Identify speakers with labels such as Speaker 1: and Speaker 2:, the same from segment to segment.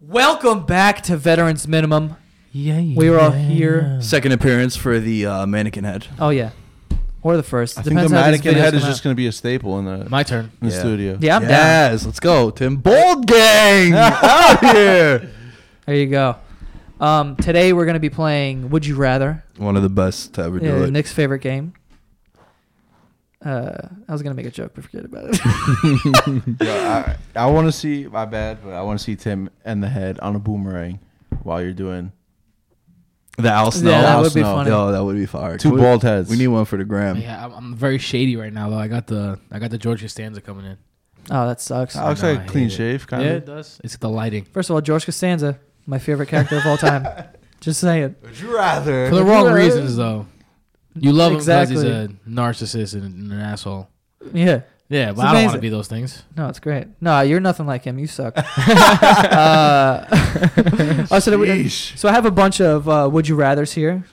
Speaker 1: Welcome back to Veterans Minimum.
Speaker 2: Yeah, yeah.
Speaker 1: We were all here.
Speaker 3: Second appearance for the uh, mannequin head.
Speaker 1: Oh yeah, or the first.
Speaker 4: I think the mannequin head is just going to be a staple in the,
Speaker 2: My turn.
Speaker 4: in the
Speaker 3: Yeah.
Speaker 4: studio.
Speaker 1: Yeah, I'm down.
Speaker 3: yes, let's go, Tim. Bold gang out here.
Speaker 1: There you go. Um, today we're gonna be playing Would You Rather,
Speaker 3: One of the best to ever do
Speaker 1: yeah,
Speaker 3: it.
Speaker 1: Nick's favorite game. Uh, I was gonna make a joke, but forget about it.
Speaker 4: Yeah, I, I want to see, my bad, but I want to see Tim and the head on a boomerang while you're doing
Speaker 3: the Al Snow.
Speaker 1: yeah, that
Speaker 4: I'll
Speaker 1: would be
Speaker 4: snow.
Speaker 1: funny.
Speaker 3: Yo, that would be fire.
Speaker 4: two
Speaker 3: we,
Speaker 4: bald heads.
Speaker 3: We need one for the gram.
Speaker 2: Yeah, I'm, I'm very shady right now though. I got the I got the George Costanza coming in.
Speaker 1: Oh, that sucks.
Speaker 4: I looks
Speaker 2: No, I
Speaker 4: like a
Speaker 2: hate
Speaker 4: clean
Speaker 2: it.
Speaker 4: shave, kind of.
Speaker 2: does. It's the lighting.
Speaker 1: First of all, George Costanza, my favorite character of all time. Just saying.
Speaker 3: Would you rather?
Speaker 2: For the wrong
Speaker 1: Yeah.
Speaker 2: reasons though. You love him because
Speaker 1: Exactly.
Speaker 2: he's a narcissist and an asshole.
Speaker 1: Yeah.
Speaker 2: Yeah,
Speaker 1: It's
Speaker 2: but I don't want
Speaker 1: amazing.
Speaker 2: to be those things.
Speaker 1: No, it's great. No, you're nothing like him. You suck. uh, oh, so, that we-
Speaker 3: Sheesh.
Speaker 1: so I have a bunch of uh, would you rather's here.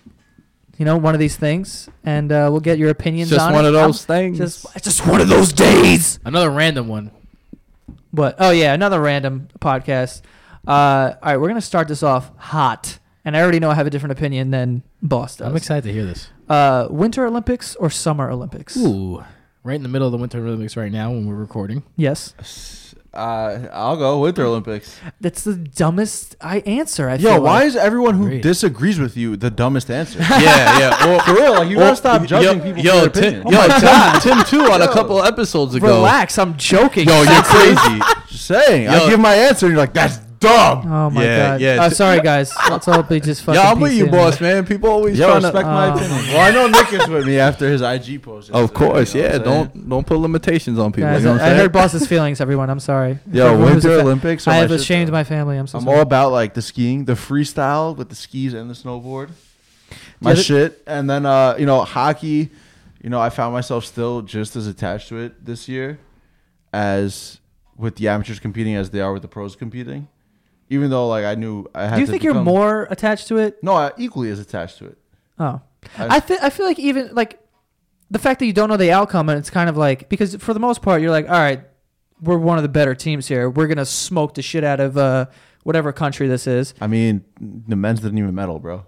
Speaker 1: You know, one of these things, and uh, we'll get your opinions
Speaker 3: Just
Speaker 1: on
Speaker 3: one
Speaker 1: it.
Speaker 3: of those
Speaker 1: I'm-
Speaker 3: things.
Speaker 1: Just, it's just one of those days.
Speaker 2: Another random one.
Speaker 1: But oh yeah, another random podcast. Uh, all right, we're gonna start this off hot, and I already know I have a different opinion than Boss does.
Speaker 2: I'm excited to hear this.
Speaker 1: Uh, Winter Olympics or Summer Olympics?
Speaker 2: Ooh, right in the middle of the Winter Olympics right now when we're recording.
Speaker 1: Yes,
Speaker 4: Uh, I'll go Winter Olympics.
Speaker 1: that's the dumbest I answer. I
Speaker 4: Yo,
Speaker 1: feel
Speaker 4: why
Speaker 1: like.
Speaker 4: is everyone who
Speaker 2: Agreed.
Speaker 4: disagrees with you the dumbest answer?
Speaker 3: yeah, yeah. Well,
Speaker 4: For real, like you
Speaker 3: well,
Speaker 4: gotta stop judging
Speaker 3: yo,
Speaker 4: people.
Speaker 3: Yo,
Speaker 4: for their
Speaker 3: Tim,
Speaker 4: opinion. Oh
Speaker 3: yo, Tim, Tim too. On a couple episodes ago.
Speaker 1: Relax, I'm joking.
Speaker 3: Yo, you're crazy.
Speaker 4: Just saying,
Speaker 3: Yo.
Speaker 4: I give my answer, and you're like, that's dumb.
Speaker 1: Oh my
Speaker 3: Yeah,
Speaker 1: god.
Speaker 3: yeah.
Speaker 1: Oh, sorry guys. Let's all be just fucking.
Speaker 3: yeah, I'm with
Speaker 1: peace
Speaker 3: you,
Speaker 1: in.
Speaker 3: boss man. People always
Speaker 4: Yo,
Speaker 3: trying to.
Speaker 4: respect my
Speaker 1: Uh,
Speaker 4: opinion. Well, I know Nick is with me after his IG post.
Speaker 3: Of
Speaker 4: yesterday,
Speaker 3: course,
Speaker 4: you know
Speaker 3: yeah.
Speaker 4: what I'm saying?
Speaker 3: Don't don't put limitations on people.
Speaker 1: Guys,
Speaker 3: you know what
Speaker 1: I, I
Speaker 3: I'm
Speaker 1: heard
Speaker 3: saying?
Speaker 1: boss's feelings. Everyone, I'm sorry.
Speaker 3: Yo,
Speaker 1: Everyone who's
Speaker 3: Winter
Speaker 1: affe-
Speaker 3: Olympics.
Speaker 1: I have
Speaker 4: shit,
Speaker 1: ashamed
Speaker 4: though.
Speaker 1: my family. I'm so
Speaker 4: I'm
Speaker 1: sorry.
Speaker 4: all about like the skiing, the freestyle with the skis and the snowboard, my
Speaker 1: Yeah, that-
Speaker 4: shit, and then uh, you know hockey. You know, I found myself still just as attached to it this year as with the amateurs competing as they are with the pros competing. Even though like I knew I had.
Speaker 1: Do you
Speaker 4: to
Speaker 1: think you're
Speaker 4: become-
Speaker 1: more attached to it?
Speaker 4: No, I equally as attached to it.
Speaker 1: Oh, I
Speaker 4: I-
Speaker 1: feel. I feel like even like the fact that you don't know the outcome, and it's kind of like because for the most part, you're like, all right, we're one of the better teams here. We're gonna smoke the shit out of uh, whatever country this is.
Speaker 4: I mean, the men's didn't even medal, bro.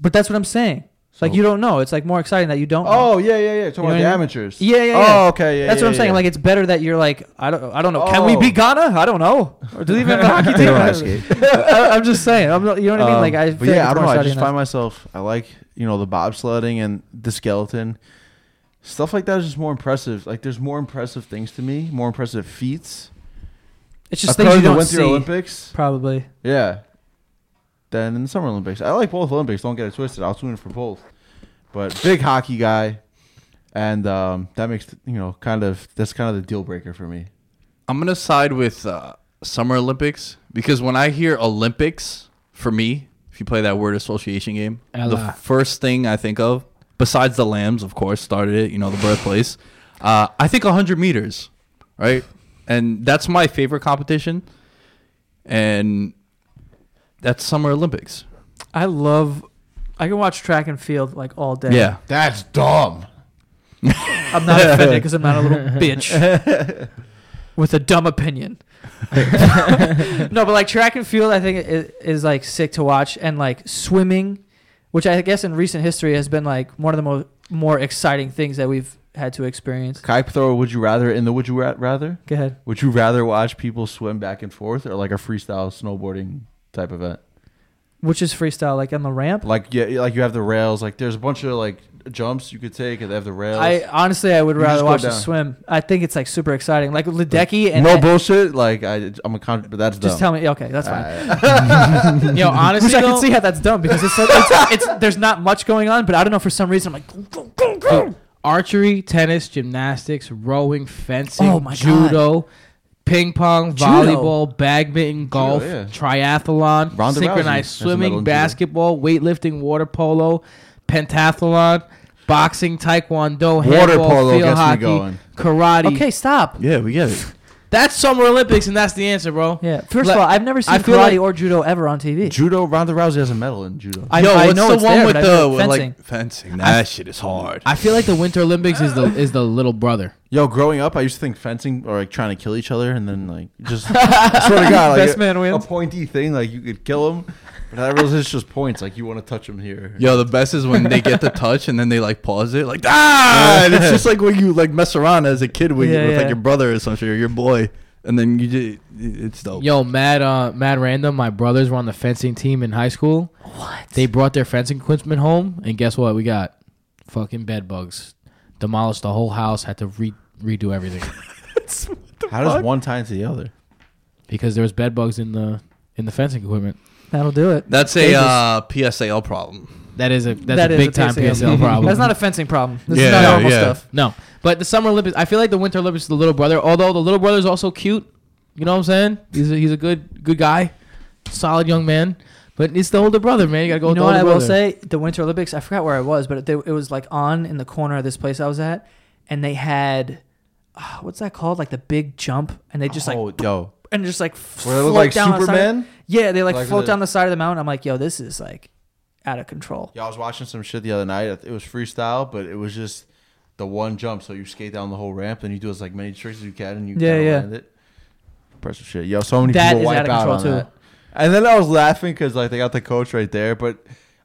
Speaker 1: But that's what I'm saying. like
Speaker 4: So-
Speaker 1: you don't know. It's like more exciting that you don't. know.
Speaker 4: Oh yeah, yeah,
Speaker 1: You
Speaker 4: yeah. Talking
Speaker 1: know
Speaker 4: about
Speaker 1: what
Speaker 4: the
Speaker 1: I mean?
Speaker 4: amateurs.
Speaker 1: Yeah, yeah,
Speaker 4: Oh,
Speaker 1: yeah.
Speaker 4: okay, yeah.
Speaker 1: That's what
Speaker 4: yeah,
Speaker 1: I'm saying.
Speaker 4: yeah.
Speaker 1: Like it's better that you're like I don't I don't know. Can we
Speaker 4: Oh.
Speaker 1: beat Ghana? I don't know. Or do they even have a hockey
Speaker 4: They
Speaker 1: team?
Speaker 4: don't
Speaker 1: I,
Speaker 4: ice skate.
Speaker 1: am just saying. I'm not, you know what I mean? Like I
Speaker 4: Um, but
Speaker 1: feel
Speaker 4: yeah,
Speaker 1: like
Speaker 4: I
Speaker 1: it's
Speaker 4: don't know.
Speaker 1: more
Speaker 4: I
Speaker 1: exciting
Speaker 4: just
Speaker 1: than-
Speaker 4: find myself. I like you know the bobsledding and the skeleton stuff like that is just more impressive. Like there's more impressive things to me, more impressive feats.
Speaker 1: it's just things you
Speaker 4: Occurring in the
Speaker 1: don't
Speaker 4: Winter
Speaker 1: see.
Speaker 4: Olympics,
Speaker 1: Probably.
Speaker 4: yeah. Then in the Summer Olympics, I like both Olympics. Don't get it twisted. I'll tune in for both, but big hockey guy. and um, that makes you know kind of that's kind of the deal breaker for me.
Speaker 5: I'm gonna side with uh, Summer Olympics because when I hear Olympics, for me, if you play that word association game, the
Speaker 2: Ella.
Speaker 5: first thing I think of, besides the Lambs, of course, started it. You know, the birthplace. Uh, I think 100 meters, right? And that's my favorite competition, and that's Summer Olympics.
Speaker 1: I love. I can watch track and field like all day.
Speaker 5: Yeah,
Speaker 4: That's dumb.
Speaker 1: I'm not offended because I'm not a little bitch with a dumb opinion. no, but like track and field, I think is, is like sick to watch, and like swimming, which I guess in recent history has been like one of the most more exciting things that we've had to experience.
Speaker 4: Kite thrower. Would you rather? In the would you ra- rather?
Speaker 1: Go ahead.
Speaker 4: Would you rather watch people swim back and forth or like a freestyle snowboarding type event?
Speaker 1: Which is freestyle, like on the ramp.
Speaker 4: Like yeah, like you have the rails. Like there's a bunch of like jumps you could take, and they have the rails.
Speaker 1: I honestly, I would
Speaker 4: You just
Speaker 1: rather
Speaker 4: go
Speaker 1: watch the
Speaker 4: down.
Speaker 1: swim. I think it's like super exciting, like Ledecky and
Speaker 4: no
Speaker 1: that-
Speaker 4: bullshit. Like I, I'm a con, but that's
Speaker 1: Just
Speaker 4: dumb.
Speaker 1: tell me. Okay, that's fine.
Speaker 6: Yo, honestly,
Speaker 1: Which I can
Speaker 6: though-
Speaker 1: see how that's dumb because it's, it's, it's there's not much going on, but I don't know for some reason I'm like go go go.
Speaker 2: Archery, tennis, gymnastics, rowing, fencing,
Speaker 1: Oh my God.
Speaker 2: judo, ping pong,
Speaker 1: Judo.
Speaker 2: volleyball, badminton, golf,
Speaker 4: yeah. Ronda
Speaker 2: triathlon,
Speaker 4: Rousey
Speaker 2: synchronized
Speaker 4: has a medal in
Speaker 2: swimming,
Speaker 4: judo.
Speaker 2: basketball, weightlifting, water polo, pentathlon, boxing, taekwondo,
Speaker 4: Water
Speaker 2: handball,
Speaker 4: polo
Speaker 2: field
Speaker 4: gets me
Speaker 2: hockey,
Speaker 4: going.
Speaker 2: karate.
Speaker 1: Okay, stop.
Speaker 5: yeah, we get it.
Speaker 2: That's Summer Olympics, and that's the answer, bro.
Speaker 1: Yeah. First
Speaker 2: Like,
Speaker 1: of all, I've never seen
Speaker 2: I feel
Speaker 1: karate
Speaker 2: like-
Speaker 1: or judo ever on TV.
Speaker 4: Judo. Ronda Rousey has a medal in judo.
Speaker 1: I,
Speaker 5: Yo,
Speaker 1: I
Speaker 5: what's
Speaker 1: know
Speaker 5: the
Speaker 1: it's
Speaker 5: one
Speaker 1: there,
Speaker 5: with
Speaker 1: but I
Speaker 5: the
Speaker 1: don't-
Speaker 5: with,
Speaker 1: fencing.
Speaker 5: like fencing? That shit is hard.
Speaker 2: I feel like the Winter Olympics is the is the little brother.
Speaker 4: Yo, growing up, I used to think fencing or like trying to kill each other, and then like just I swear to God, like
Speaker 1: Best
Speaker 4: a,
Speaker 1: man wins.
Speaker 4: a pointy thing, like you could kill him, but I realized it's just points. Like you want to touch him here.
Speaker 5: Yo, the best is when they get the touch and then they like pause it, like ah. And it's just like when you like mess around as a kid with,
Speaker 1: Yeah,
Speaker 5: with
Speaker 1: yeah.
Speaker 5: like your brother or something or your boy, and then you just it's dope.
Speaker 2: Yo, mad uh, mad random. My brothers were on the fencing team in high school. What? They brought their fencing equipment home, and guess what? We got fucking bed bugs. Demolished the whole house. Had to re- redo everything
Speaker 4: How does one tie into the other?
Speaker 2: because there was bed bugs in the in the fencing equipment.
Speaker 1: That'll do it.
Speaker 5: That's a uh, PSAL problem.
Speaker 2: That is a that's
Speaker 1: That
Speaker 2: a
Speaker 1: is
Speaker 2: big time PSL problem.
Speaker 1: That's not a fencing problem. This is
Speaker 5: Yeah,
Speaker 1: not
Speaker 5: yeah,
Speaker 1: normal
Speaker 5: yeah.
Speaker 1: stuff.
Speaker 2: no. But the Summer Olympics. I feel like the Winter Olympics is the little brother. Although the little brother's also cute. You know what I'm saying? He's a, he's a good good guy, solid young man. But it's the older brother, man. You gotta go.
Speaker 1: You
Speaker 2: with
Speaker 1: know
Speaker 2: the
Speaker 1: what
Speaker 2: older
Speaker 1: I will
Speaker 2: brother.
Speaker 1: say? The Winter Olympics. I forgot where I was, but it, it was like on in the corner of this place I was at, and they had. ah, What's that called? Like the big jump, and they just like
Speaker 4: oh, yo,
Speaker 1: and just like f-
Speaker 4: Where they look
Speaker 1: float
Speaker 4: like
Speaker 1: down on the side-
Speaker 4: Superman?
Speaker 1: yeah, they like,
Speaker 4: Like
Speaker 1: float
Speaker 4: the-
Speaker 1: down the side of the mountain. I'm like, yo, this is like out of control.
Speaker 4: yo, I was watching some shit the other night. It was freestyle, but it was just the one jump. So you skate down the whole ramp, and you do as like many tricks as you can, and you
Speaker 1: Yeah,
Speaker 4: yeah,
Speaker 1: yeah.
Speaker 4: land it. Impressive shit. Yo, so many
Speaker 1: That
Speaker 4: people
Speaker 1: is out
Speaker 4: wipe
Speaker 1: of
Speaker 4: out
Speaker 1: control,
Speaker 4: on
Speaker 1: too.
Speaker 4: that. And then I was laughing because like they got the coach right there, but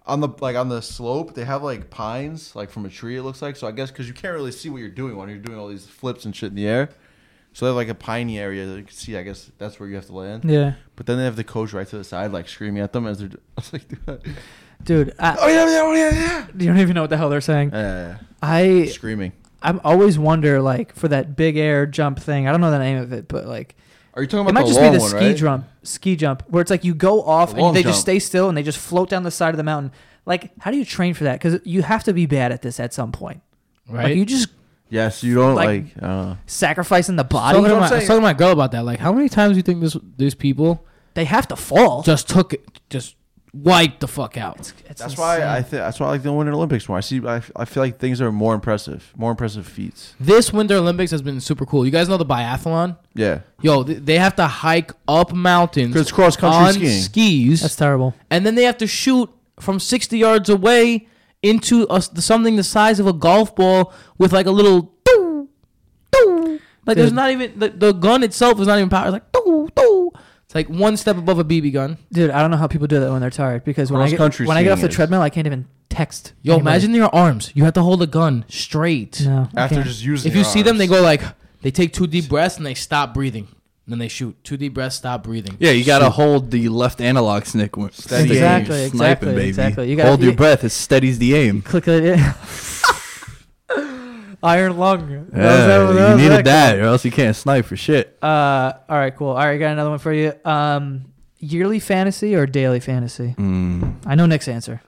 Speaker 4: on the like on the slope they have like pines like from a tree. It looks like so I guess because you can't really see what you're doing when you're doing all these flips and shit in the air. So they have like a piney area that you can see. I guess that's where you have to land.
Speaker 1: Yeah,
Speaker 4: But then they have the coach right to the side, like screaming at them as they're. do- I was like, dude.
Speaker 1: dude, I,
Speaker 4: Oh yeah, yeah, oh, yeah,
Speaker 1: you don't even know what the hell they're saying.
Speaker 4: yeah. Yeah, yeah.
Speaker 1: I
Speaker 4: Screaming.
Speaker 1: I'm always wonder like for that big air jump thing. I don't know the name of it, but like
Speaker 4: Are you talking about
Speaker 1: it might
Speaker 4: the
Speaker 1: just be
Speaker 4: long
Speaker 1: the
Speaker 4: one,
Speaker 1: ski
Speaker 4: right?
Speaker 1: jump, ski jump, where it's like you go off
Speaker 4: The long
Speaker 1: and they just
Speaker 4: jump.
Speaker 1: stay still and they just float down the side of the mountain. Like, how do you train for that? Because you have to be bad at this at some point.
Speaker 2: right?
Speaker 1: Like, you just
Speaker 4: Yes, you don't
Speaker 1: Like-
Speaker 4: like. uh,
Speaker 1: sacrificing the
Speaker 2: I
Speaker 1: body.
Speaker 2: was talking to my- I was
Speaker 4: saying.
Speaker 2: talking to my girl about that. Like, how many times do you think this these people
Speaker 1: They have to fall.
Speaker 2: just took it, just wiped the fuck out?
Speaker 1: It's
Speaker 4: that's why
Speaker 1: insane.
Speaker 4: I think that's why I like the Winter Olympics more. I see. I, f- I feel like things are more impressive, more impressive feats.
Speaker 2: This Winter Olympics has been super cool. You guys know the biathlon?
Speaker 4: Yeah,
Speaker 2: Yo, th- they have to hike up mountains.
Speaker 4: 'Cause cross-country
Speaker 2: on
Speaker 4: skiing.
Speaker 2: skis,
Speaker 1: that's terrible.
Speaker 2: and then they have to shoot from sixty yards away into a s something the size of a golf ball with like a little. doo, doo. Like there's
Speaker 1: Dude.
Speaker 2: not even the, the gun itself is not even powered. It's like doo, doo. It's like one step above a BB gun.
Speaker 1: Dude, I don't know how people do that when they're tired because when I get,
Speaker 4: Cross-country
Speaker 1: when I get off the
Speaker 4: skiing is-
Speaker 1: treadmill, I can't even text.
Speaker 2: Yo,
Speaker 1: anybody.
Speaker 2: imagine your arms. You have to hold a gun straight.
Speaker 1: No, I
Speaker 4: after
Speaker 1: can't.
Speaker 4: just using.
Speaker 2: If you
Speaker 4: your
Speaker 2: see them,
Speaker 4: arms.
Speaker 2: they go like they take two deep breaths and they stop breathing. Then they shoot two deep breaths, stop breathing.
Speaker 5: Yeah, you gotta hold the left analog snick. when-
Speaker 4: Steady
Speaker 5: when
Speaker 4: Exactly,
Speaker 5: you're
Speaker 1: exactly, exactly. You gotta-
Speaker 5: hold your
Speaker 1: you-
Speaker 5: breath. It steadies the aim.
Speaker 1: click it. in. Iron lung. That was- that was- that
Speaker 5: Yeah, you
Speaker 1: was
Speaker 5: needed
Speaker 1: cool.
Speaker 5: that, or else you can't snipe for shit.
Speaker 1: Uh, all right, cool. All right, I got another one for you. Um, yearly fantasy or daily fantasy? I know Nick's answer.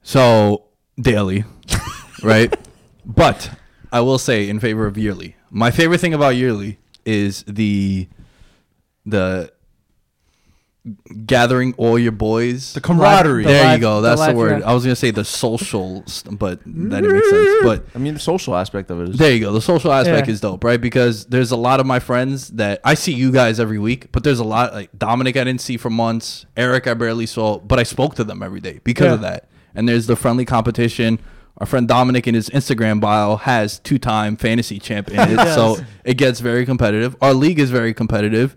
Speaker 5: So daily, right? But I will say in favor of yearly. My favorite thing about yearly is the the gathering all your boys.
Speaker 4: The camaraderie.
Speaker 5: there
Speaker 1: live-
Speaker 5: you go.
Speaker 1: the
Speaker 5: That's the,
Speaker 1: live
Speaker 5: word.
Speaker 1: draft.
Speaker 5: I was gonna say the social, st- but that didn't make sense. But
Speaker 4: I mean, the social aspect of it is.
Speaker 5: there you go. The social aspect
Speaker 1: Yeah.
Speaker 5: is dope, right? Because there's a lot of my friends that I see you guys every week, but there's a lot like Dominic I didn't see for months, Eric I barely saw, but I spoke to them every day because of
Speaker 1: Yeah.
Speaker 5: that. And there's the friendly competition. Our friend Dominic in his Instagram bio has two-time fantasy champ in it, so it gets very competitive. Our league is very competitive.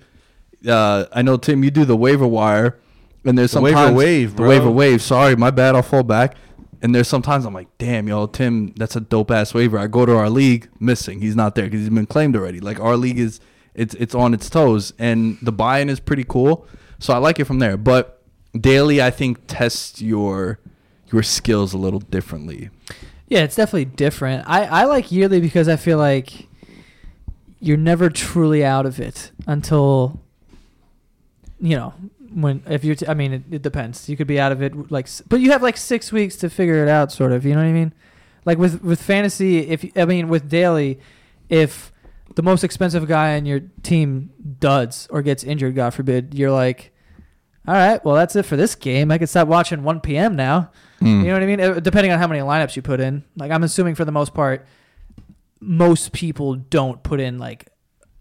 Speaker 5: Uh, I know Tim, you do the waiver wire, and there's
Speaker 4: The waiver
Speaker 5: sometimes
Speaker 4: wave,
Speaker 5: the
Speaker 4: bro.
Speaker 5: waiver wave. Sorry, my bad. I'll fall back. And there's sometimes I'm like, damn, yo, Tim, that's a dope ass waiver. I go to our league, missing. He's not there because he's been claimed already. Like our league is, it's it's on its toes, and the buy-in is pretty cool. So I like it from there. But daily, I think tests your your skills a little differently.
Speaker 1: Yeah, it's definitely different. I, I like yearly because I feel like you're never truly out of it until you know when if you're t- I mean it, it depends. You could be out of it like s- but you have like 6 weeks to figure it out sort of, you know what I mean? Like with with fantasy if I mean with daily if the most expensive guy on your team duds or gets injured god forbid, you're like all right, well that's it for this game. I could stop watching 1 p.m. now. You know what I mean? Uh, Depending on how many lineups you put in. Like I'm assuming for the most part, most people don't put in like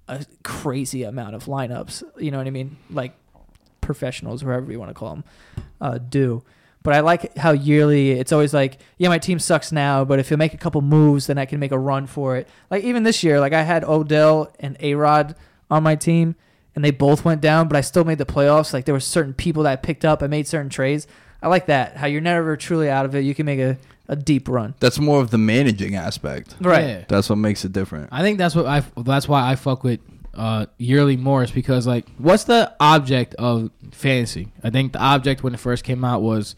Speaker 1: a crazy amount of lineups. You know what I mean? Like professionals, wherever you want to call them, uh, do. But I like how yearly it's always like, yeah, my team sucks now, but if you make a couple moves, then I can make a run for it. Like even this year, like I had Odell and A Rod on my team, and they both went down, but I still made the playoffs. Like there were certain people that I picked up, I made certain trades. I like that how you're never truly out of it. You can make a, a deep run.
Speaker 5: That's more of the managing aspect.
Speaker 1: Right.
Speaker 2: Yeah.
Speaker 5: That's what makes it different.
Speaker 2: I think that's what I. That's why I fuck with uh, yearly Morris because like, what's the object of fantasy? I think the object when it first came out was,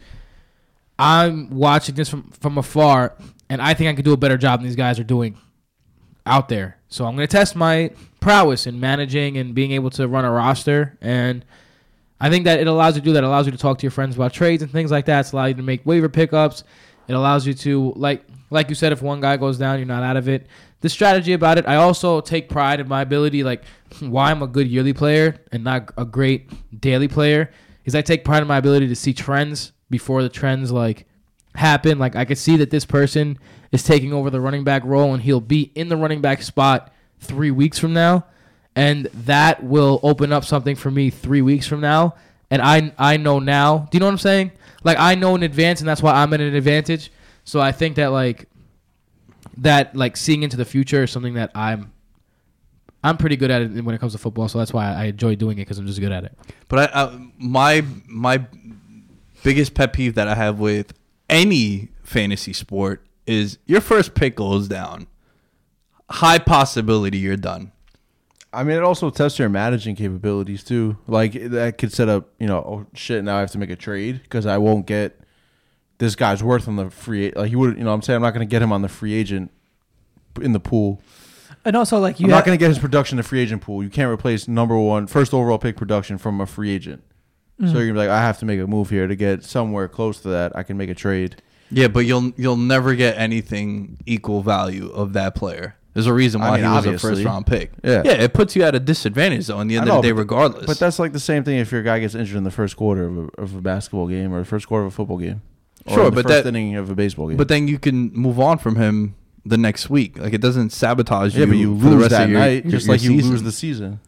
Speaker 2: I'm watching this from from afar, and I think I could do a better job than these guys are doing out there. So I'm gonna test my prowess in managing and being able to run a roster and. I think that it allows you to do that. It allows you to talk to your friends about trades and things like that. It's allows you to make waiver pickups. It allows you to like like you said, if one guy goes down, you're not out of it. The strategy about it, I also take pride in my ability, like why I'm a good yearly player and not a great daily player, is I take pride in my ability to see trends before the trends like happen. Like I could see that this person is taking over the running back role and he'll be in the running back spot three weeks from now and that will open up something for me three weeks from now. And I I know now. Do you know what I'm saying? Like I know in advance, and that's why I'm at an advantage. So I think that like that like seeing into the future is something that I'm I'm pretty good at it when it comes to football. So that's why I enjoy doing it because I'm just good at it.
Speaker 5: But I, I, my my biggest pet peeve that I have with any fantasy sport is your first pick goes down. High possibility you're done.
Speaker 4: I mean, it also tests your managing capabilities too. Like that could set up, you know, oh shit, now I have to make a trade because I won't get this guy's worth on the free. Like you would, you know, what I'm saying I'm not going to get him on the free agent in the pool.
Speaker 1: And also like you
Speaker 4: I'm
Speaker 1: ha-
Speaker 4: not going to get his production in the free agent pool. You can't replace number one, first overall pick production from a free agent.
Speaker 1: Mm.
Speaker 4: So you're gonna be like, I have to make a move here to get somewhere close to that. I can make a trade.
Speaker 5: Yeah, but you'll you'll never get anything equal value of that player. There's a reason
Speaker 4: I
Speaker 5: why
Speaker 4: mean,
Speaker 5: he was
Speaker 4: obviously.
Speaker 5: a first round pick.
Speaker 4: Yeah.
Speaker 5: yeah, it puts you at a disadvantage though. In the end
Speaker 4: I know,
Speaker 5: of the day,
Speaker 4: but-
Speaker 5: regardless.
Speaker 4: But that's like the same thing if your guy gets injured in the first quarter of a, of a basketball game or the first quarter of a football game. Or
Speaker 5: Sure,
Speaker 4: in the
Speaker 5: but
Speaker 4: first
Speaker 5: that-
Speaker 4: inning of a baseball game.
Speaker 5: but then you can move on from him the next week. Like it doesn't sabotage
Speaker 4: yeah,
Speaker 5: you.
Speaker 4: but you
Speaker 5: for the
Speaker 4: lose
Speaker 5: rest
Speaker 4: that
Speaker 5: of your,
Speaker 4: night
Speaker 5: your-
Speaker 4: just
Speaker 5: your
Speaker 4: like you
Speaker 5: season.
Speaker 4: lose the season.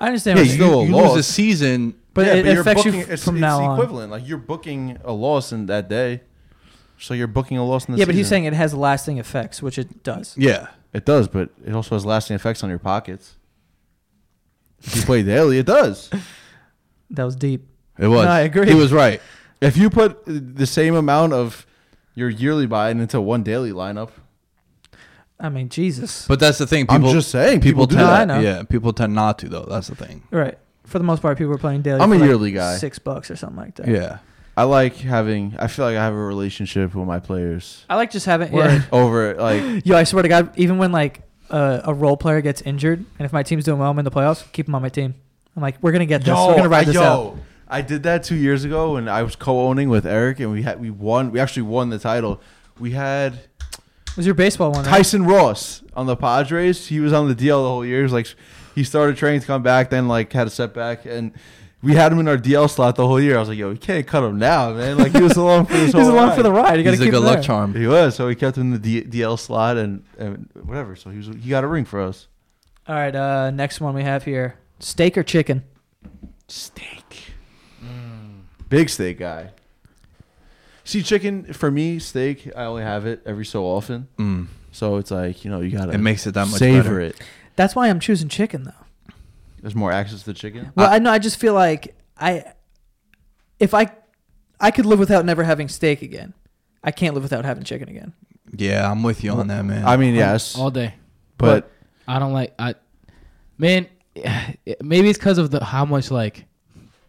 Speaker 1: I understand
Speaker 5: Yeah,
Speaker 1: what
Speaker 5: you,
Speaker 1: you're
Speaker 4: still a
Speaker 5: you
Speaker 4: loss.
Speaker 5: lose the season.
Speaker 1: But
Speaker 4: Yeah,
Speaker 1: it
Speaker 4: you're
Speaker 1: affects you
Speaker 4: booking-
Speaker 1: f- from now on.
Speaker 4: equivalent. Like you're booking a loss in that day, so you're booking a loss in the
Speaker 1: Yeah, but he's
Speaker 4: season.
Speaker 1: saying it has lasting effects, which it does.
Speaker 5: Yeah.
Speaker 4: it does, but it also has lasting effects on your pockets. If you play daily, it does.
Speaker 1: That was deep.
Speaker 5: It was.
Speaker 1: No, I agree.
Speaker 5: He was right.
Speaker 4: If you put the same amount of your yearly buy into one daily lineup,
Speaker 1: I mean, Jesus.
Speaker 5: But that's the thing.
Speaker 4: I'm
Speaker 5: People,
Speaker 4: just saying, people do
Speaker 5: tend,
Speaker 1: that. No, I know.
Speaker 5: Yeah, people tend not to though. That's the thing.
Speaker 1: right. For the most part, people are playing daily.
Speaker 4: I'm a
Speaker 1: for, like,
Speaker 4: yearly guy.
Speaker 1: Six bucks or something like that.
Speaker 5: Yeah.
Speaker 4: I like having. I feel like I have a relationship with my players
Speaker 1: I like just having. Yeah.
Speaker 4: Word. over like.
Speaker 1: Yo, I swear to God, even when like uh, a role player gets injured, and if my team's doing well, I'm in the playoffs. Keep him on my team. I'm like, we're gonna get this. we're gonna ride this out.
Speaker 4: I did that two years ago when I was co-owning with Eric, and we had we won. We actually won the title. We had
Speaker 1: was your baseball one? Right?
Speaker 4: Tyson Ross on the Padres. He was on the DL the whole year. He was like he started training to come back, then like had a setback, and we had him in our DL slot the whole year. I was like, yo, we can't cut him now, man. Like he was along for this
Speaker 1: He's
Speaker 4: whole.
Speaker 1: along for the
Speaker 4: ride.
Speaker 1: ride. You got to
Speaker 5: He's a
Speaker 1: keep
Speaker 5: good
Speaker 1: him
Speaker 5: luck
Speaker 1: there.
Speaker 5: charm.
Speaker 4: He was so we kept him in the D- DL slot and, and whatever. So he was he got a ring for us.
Speaker 1: All right, uh, next one we have here: steak or chicken?
Speaker 4: Steak.
Speaker 5: Mm.
Speaker 4: Big steak guy. See, chicken for me, steak. I only have it every so often,
Speaker 5: Mm.
Speaker 4: so it's like you know you gotta
Speaker 5: It makes it that much
Speaker 4: savor
Speaker 5: better.
Speaker 4: it.
Speaker 1: That's why I'm choosing chicken though.
Speaker 4: There's more access to chicken.
Speaker 1: Well, I know. I just feel like I, if I, I could live without never having steak again. I can't live without having chicken again.
Speaker 5: Yeah, I'm with you on that, man.
Speaker 4: I mean, yes,
Speaker 2: all day.
Speaker 4: but
Speaker 2: I don't like I man maybe it's cuz of the how much like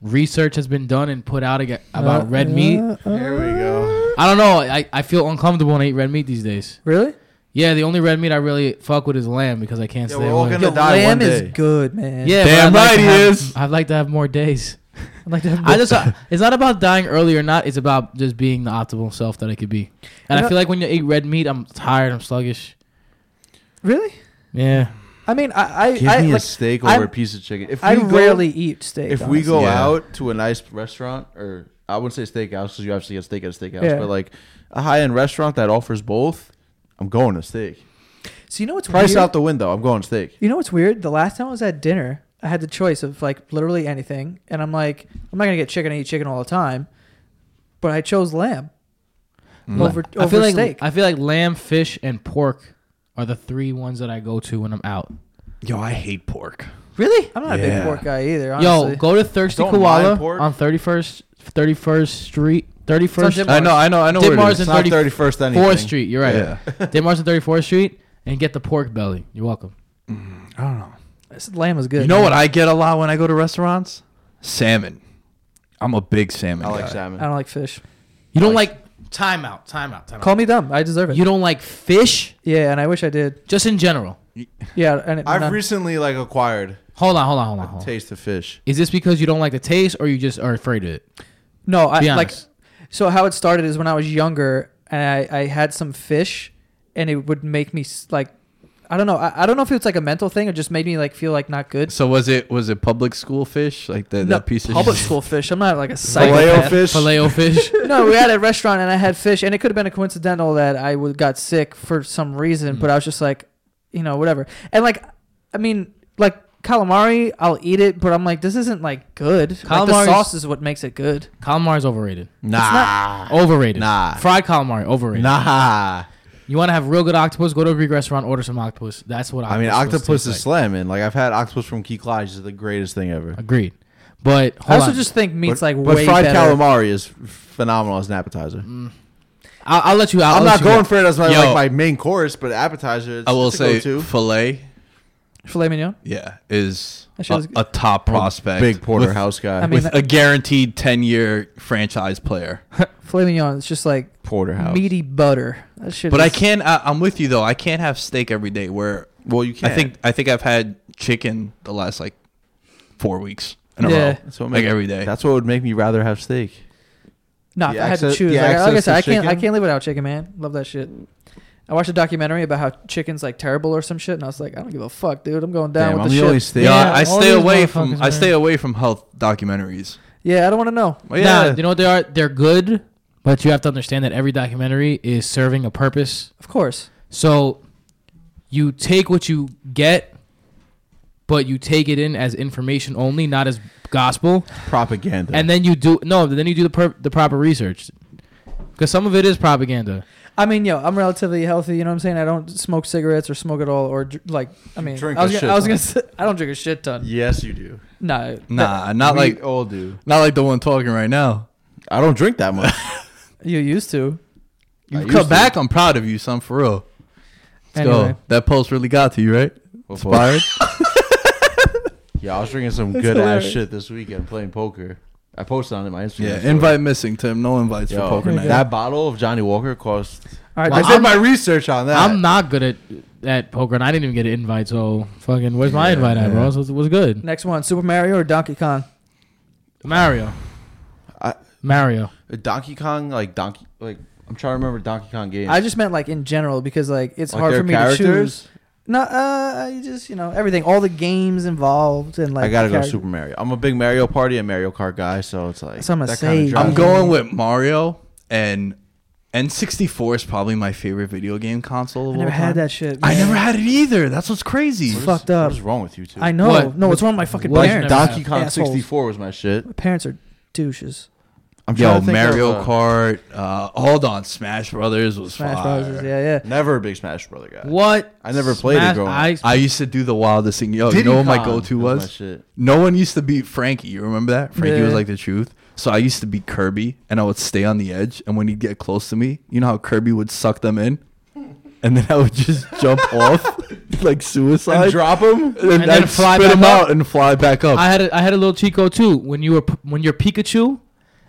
Speaker 2: research has been done and put out aga-
Speaker 1: Uh,
Speaker 2: about red meat.
Speaker 4: There we go.
Speaker 2: I don't know. I, I feel uncomfortable when I eat red meat these days.
Speaker 1: Really?
Speaker 2: Yeah, the only red meat I really fuck with is lamb because I can't
Speaker 4: Yeah,
Speaker 2: stay
Speaker 4: we're all
Speaker 2: away.
Speaker 4: gonna- die
Speaker 1: lamb
Speaker 4: one
Speaker 1: is
Speaker 4: day.
Speaker 1: good, man.
Speaker 2: yeah, but
Speaker 5: Damn
Speaker 2: I'd like
Speaker 5: right
Speaker 2: to
Speaker 5: he
Speaker 2: have-
Speaker 5: is.
Speaker 2: I'd like to have more days.
Speaker 1: I'd like to have
Speaker 2: I just uh, it's not about dying early or not. It's about just being the optimal self that I could be. And
Speaker 1: You know-
Speaker 2: I feel like when you eat red meat, I'm tired. I'm sluggish.
Speaker 1: really.
Speaker 2: Yeah.
Speaker 1: I mean, I, I,
Speaker 4: Give
Speaker 1: I,
Speaker 4: me a
Speaker 1: like,
Speaker 4: steak over
Speaker 1: I'm-
Speaker 4: a piece of chicken. If we
Speaker 1: I
Speaker 4: go,
Speaker 1: rarely eat steak.
Speaker 4: if we
Speaker 1: honestly.
Speaker 4: go
Speaker 5: Yeah.
Speaker 4: out to a nice restaurant, or I wouldn't say steakhouse because you obviously get steak at a steakhouse,
Speaker 1: Yeah.
Speaker 4: but like a high end restaurant that offers both, I'm going to steak.
Speaker 1: so you know what's
Speaker 4: Price
Speaker 1: weird?
Speaker 4: out the window. I'm going steak.
Speaker 1: You know what's weird? The last time I was at dinner, I had the choice of like literally anything, and I'm like, I'm not gonna get chicken. I eat chicken all the time, but I chose lamb
Speaker 4: Mm.
Speaker 1: over
Speaker 2: I
Speaker 1: over
Speaker 2: feel like
Speaker 1: steak.
Speaker 2: I feel like lamb, fish, and pork are the three ones that I go to when I'm out.
Speaker 5: yo, I hate pork.
Speaker 1: really? I'm not a big
Speaker 5: Yeah.
Speaker 1: pork guy either.
Speaker 2: Yo,
Speaker 1: Honestly.
Speaker 2: go to Thirsty
Speaker 4: Don't mind
Speaker 2: Koala
Speaker 4: pork.
Speaker 2: on 31st 31st Street,
Speaker 1: It's
Speaker 2: 31st
Speaker 1: on
Speaker 5: I know, I know, I know. Where it
Speaker 2: Ditmars
Speaker 5: is.
Speaker 4: It's
Speaker 2: and
Speaker 4: not
Speaker 2: 30
Speaker 4: thirty first anything.
Speaker 2: 4th Street. You're right.
Speaker 5: Yeah.
Speaker 2: Ditmars and 34th Street and get the pork belly. You're welcome.
Speaker 5: I don't know.
Speaker 1: This lamb is good.
Speaker 5: You know
Speaker 1: man.
Speaker 5: what I get a lot when I go to restaurants? Salmon. I'm a big salmon
Speaker 4: I like
Speaker 5: guy.
Speaker 4: salmon.
Speaker 1: I don't like fish.
Speaker 2: You don't like timeout, timeout, timeout.
Speaker 1: Call me dumb. I deserve it.
Speaker 2: you don't like fish?
Speaker 1: yeah, and I wish I did.
Speaker 2: Just in general.
Speaker 1: Yeah, and it,
Speaker 4: I've
Speaker 1: no.
Speaker 4: recently like acquired
Speaker 2: Hold on, hold on, hold on,
Speaker 1: Uh-huh.
Speaker 2: hold on.
Speaker 4: taste of fish.
Speaker 2: Is this because you don't like the taste or you just are afraid of it?
Speaker 1: No, I
Speaker 2: Be
Speaker 1: like.
Speaker 2: honest.
Speaker 1: So how it started is when I was younger, and I, I had some fish, and it would make me s- like, I don't know, I, I don't know if it's like a mental thing or just made me like feel like not good.
Speaker 5: So was it was it public school fish like that,
Speaker 1: no,
Speaker 5: that piece of
Speaker 1: public
Speaker 5: shit?
Speaker 1: school fish. I'm not like a
Speaker 4: Filet
Speaker 1: psychopath.
Speaker 4: o fish.
Speaker 2: Filet fish.
Speaker 1: no, we had a restaurant and I had fish, and it could have been a coincidental that I would got sick for some
Speaker 2: Mm.
Speaker 1: reason, but I was just like, you know, whatever. And like, I mean, like calamari, I'll eat it, but I'm like, this isn't like good. Like the
Speaker 2: Calamari's-
Speaker 1: sauce is what makes it good.
Speaker 2: Calamari's overrated.
Speaker 4: Nah,
Speaker 2: Overrated.
Speaker 4: Nah.
Speaker 2: Fried calamari, overrated.
Speaker 4: nah.
Speaker 2: You want to have real good octopus? Go to a Greek restaurant, order some octopus. That's what
Speaker 4: I mean,
Speaker 2: supposed to
Speaker 4: octopus is
Speaker 2: taste like.
Speaker 4: slamming. Like I've had octopus from Key Klaj is the greatest thing ever.
Speaker 2: Agreed. But
Speaker 1: I
Speaker 2: hold
Speaker 1: also
Speaker 2: on.
Speaker 1: just think meat's
Speaker 4: but,
Speaker 1: like
Speaker 4: but
Speaker 1: way
Speaker 4: fried
Speaker 1: better.
Speaker 4: calamari is phenomenal as an appetizer.
Speaker 2: I'll, I'll let you out.
Speaker 4: I'm
Speaker 2: I'll let
Speaker 4: not
Speaker 2: you
Speaker 4: going
Speaker 2: out.
Speaker 4: for it as my
Speaker 5: Yo.
Speaker 4: like my main course, but appetizer. It's,
Speaker 5: I will
Speaker 4: it's a
Speaker 5: say
Speaker 4: go-to.
Speaker 5: filet.
Speaker 1: Filet mignon.
Speaker 5: Yeah, is
Speaker 1: That shit
Speaker 5: a,
Speaker 1: was good.
Speaker 5: a top prospect.
Speaker 4: big
Speaker 5: with-
Speaker 4: porterhouse guy.
Speaker 1: I mean,
Speaker 5: with
Speaker 1: that-
Speaker 5: a guaranteed ten year franchise player.
Speaker 1: Filet mignon. It's just like
Speaker 4: porterhouse.
Speaker 1: meaty butter. That shit.
Speaker 5: But
Speaker 1: is,
Speaker 5: I can't. I, I'm with you though. I can't have steak every day. Where
Speaker 4: Well, you can't.
Speaker 5: I think I think I've had chicken the last like four weeks in a
Speaker 1: Yeah.
Speaker 5: row.
Speaker 4: that's what
Speaker 5: Like
Speaker 4: make-
Speaker 5: every day.
Speaker 4: That's what would make me rather have steak.
Speaker 1: No, if
Speaker 4: the
Speaker 1: I had to
Speaker 4: access-
Speaker 1: choose.
Speaker 4: the
Speaker 1: Like, like I
Speaker 4: access
Speaker 1: said,
Speaker 4: to
Speaker 1: I can't. I
Speaker 4: chicken?
Speaker 1: can't live without chicken, man. Love that shit. I watched a documentary about how chicken's like terrible or some shit, and I was like, I don't give a fuck, dude. I'm going down
Speaker 4: Damn,
Speaker 1: with
Speaker 4: I'm
Speaker 1: the
Speaker 4: the
Speaker 1: shit.
Speaker 4: only steak.
Speaker 5: yeah,
Speaker 2: Yeah,
Speaker 5: I
Speaker 2: all
Speaker 5: stay
Speaker 2: these
Speaker 5: away from.
Speaker 2: motherfuckers,
Speaker 5: I
Speaker 2: man.
Speaker 5: stay away from health documentaries.
Speaker 1: yeah, I don't want to know.
Speaker 4: Oh,
Speaker 5: Well, yeah,
Speaker 2: Nah, you know what they are? They're good, but you have to understand that every documentary is serving a purpose.
Speaker 1: Of course.
Speaker 2: So you take what you get, but you take it in as information only, not as gospel.
Speaker 4: Propaganda.
Speaker 2: And then you do no, then you do the per- the proper research. Because some of it is propaganda.
Speaker 1: I mean, yo, I'm relatively healthy. You know what I'm saying? I don't smoke cigarettes or smoke at all, or dr- like, I mean,
Speaker 4: drink
Speaker 1: I was
Speaker 4: a
Speaker 1: gonna,
Speaker 4: shit
Speaker 1: I was
Speaker 4: ton.
Speaker 1: gonna say, I don't drink a shit ton.
Speaker 4: yes, you do.
Speaker 1: No,
Speaker 5: nah, not
Speaker 4: we
Speaker 5: like
Speaker 4: all do.
Speaker 5: not like the one talking right now.
Speaker 4: I don't drink that much.
Speaker 1: you used to.
Speaker 5: You
Speaker 4: used
Speaker 5: come
Speaker 4: to.
Speaker 5: back. I'm proud of you, son. For real. Let's
Speaker 1: Anyway.
Speaker 5: go. That post really got to you, right? Inspired.
Speaker 4: yeah, I was drinking some good ass shit this weekend playing poker. I posted on it my Instagram.
Speaker 5: yeah.
Speaker 4: story.
Speaker 5: Invite missing, Tim. No invites
Speaker 4: Yo,
Speaker 5: for poker night.
Speaker 4: That bottle of Johnny Walker cost.
Speaker 1: All right,
Speaker 4: I
Speaker 2: Well,
Speaker 1: that's
Speaker 4: did
Speaker 2: I'm-
Speaker 4: my research on that.
Speaker 2: I'm not good at at poker, and I didn't even get an invite. So fucking, where's my invite at, bro? So it was good.
Speaker 1: next one: Super Mario or Donkey Kong?
Speaker 2: Mario,
Speaker 4: I-
Speaker 2: Mario.
Speaker 4: Donkey Kong, like Donkey, like I'm trying to remember Donkey Kong games.
Speaker 1: I just meant like in general because like it's
Speaker 4: Like
Speaker 1: hard
Speaker 4: their
Speaker 1: for me to choose. No, uh, you just you know everything, all the games involved, and like
Speaker 4: I gotta
Speaker 1: the
Speaker 4: go
Speaker 1: character-
Speaker 4: Super Mario. I'm a big Mario Party and Mario Kart guy, so it's like
Speaker 1: That's what I'm gonna
Speaker 4: that kinda
Speaker 1: say.
Speaker 4: drives
Speaker 5: I'm
Speaker 4: me.
Speaker 5: going with Mario and N64 is probably my favorite video game console. Of
Speaker 1: I never
Speaker 5: all
Speaker 1: had
Speaker 5: time.
Speaker 1: that shit.
Speaker 5: I
Speaker 1: man.
Speaker 5: never had it either. That's what's crazy.
Speaker 1: It's fucked up.
Speaker 4: What is wrong with you two?
Speaker 1: I know.
Speaker 2: What?
Speaker 1: No, it's one of my fucking
Speaker 2: What?
Speaker 4: like
Speaker 1: parents.
Speaker 2: Doc-
Speaker 4: Donkey Kong
Speaker 1: Assholes.
Speaker 4: 64 was my shit.
Speaker 1: my parents are douches.
Speaker 4: I'm trying
Speaker 5: Yo,
Speaker 4: to think
Speaker 5: Mario
Speaker 4: of, uh,
Speaker 5: Kart. Uh, hold on, Smash Brothers was
Speaker 1: Smash
Speaker 5: fire.
Speaker 1: Bros. Yeah, yeah.
Speaker 4: Never a big Smash Brother guy.
Speaker 2: What?
Speaker 4: I never played it
Speaker 2: Smash-
Speaker 4: growing up.
Speaker 2: I,
Speaker 5: I used to do the wildest thing. Yo, you
Speaker 4: Diddy
Speaker 5: know what my
Speaker 4: Kong
Speaker 5: go-to was?
Speaker 4: my shit.
Speaker 5: No one used to beat Frankie. You remember that? Frankie was
Speaker 1: Yeah.
Speaker 5: like the truth. So I used to beat Kirby, and I would stay on the edge. And when he'd get close to me, you know how Kirby would suck them in, and then I would just jump off like suicide,
Speaker 4: And drop him.
Speaker 5: and,
Speaker 2: And then
Speaker 5: I'd
Speaker 2: fly
Speaker 5: spit
Speaker 2: back
Speaker 5: him
Speaker 2: up?
Speaker 5: out and fly back up.
Speaker 2: I had a, I had a little Chico too. When you were p- when you're Pikachu,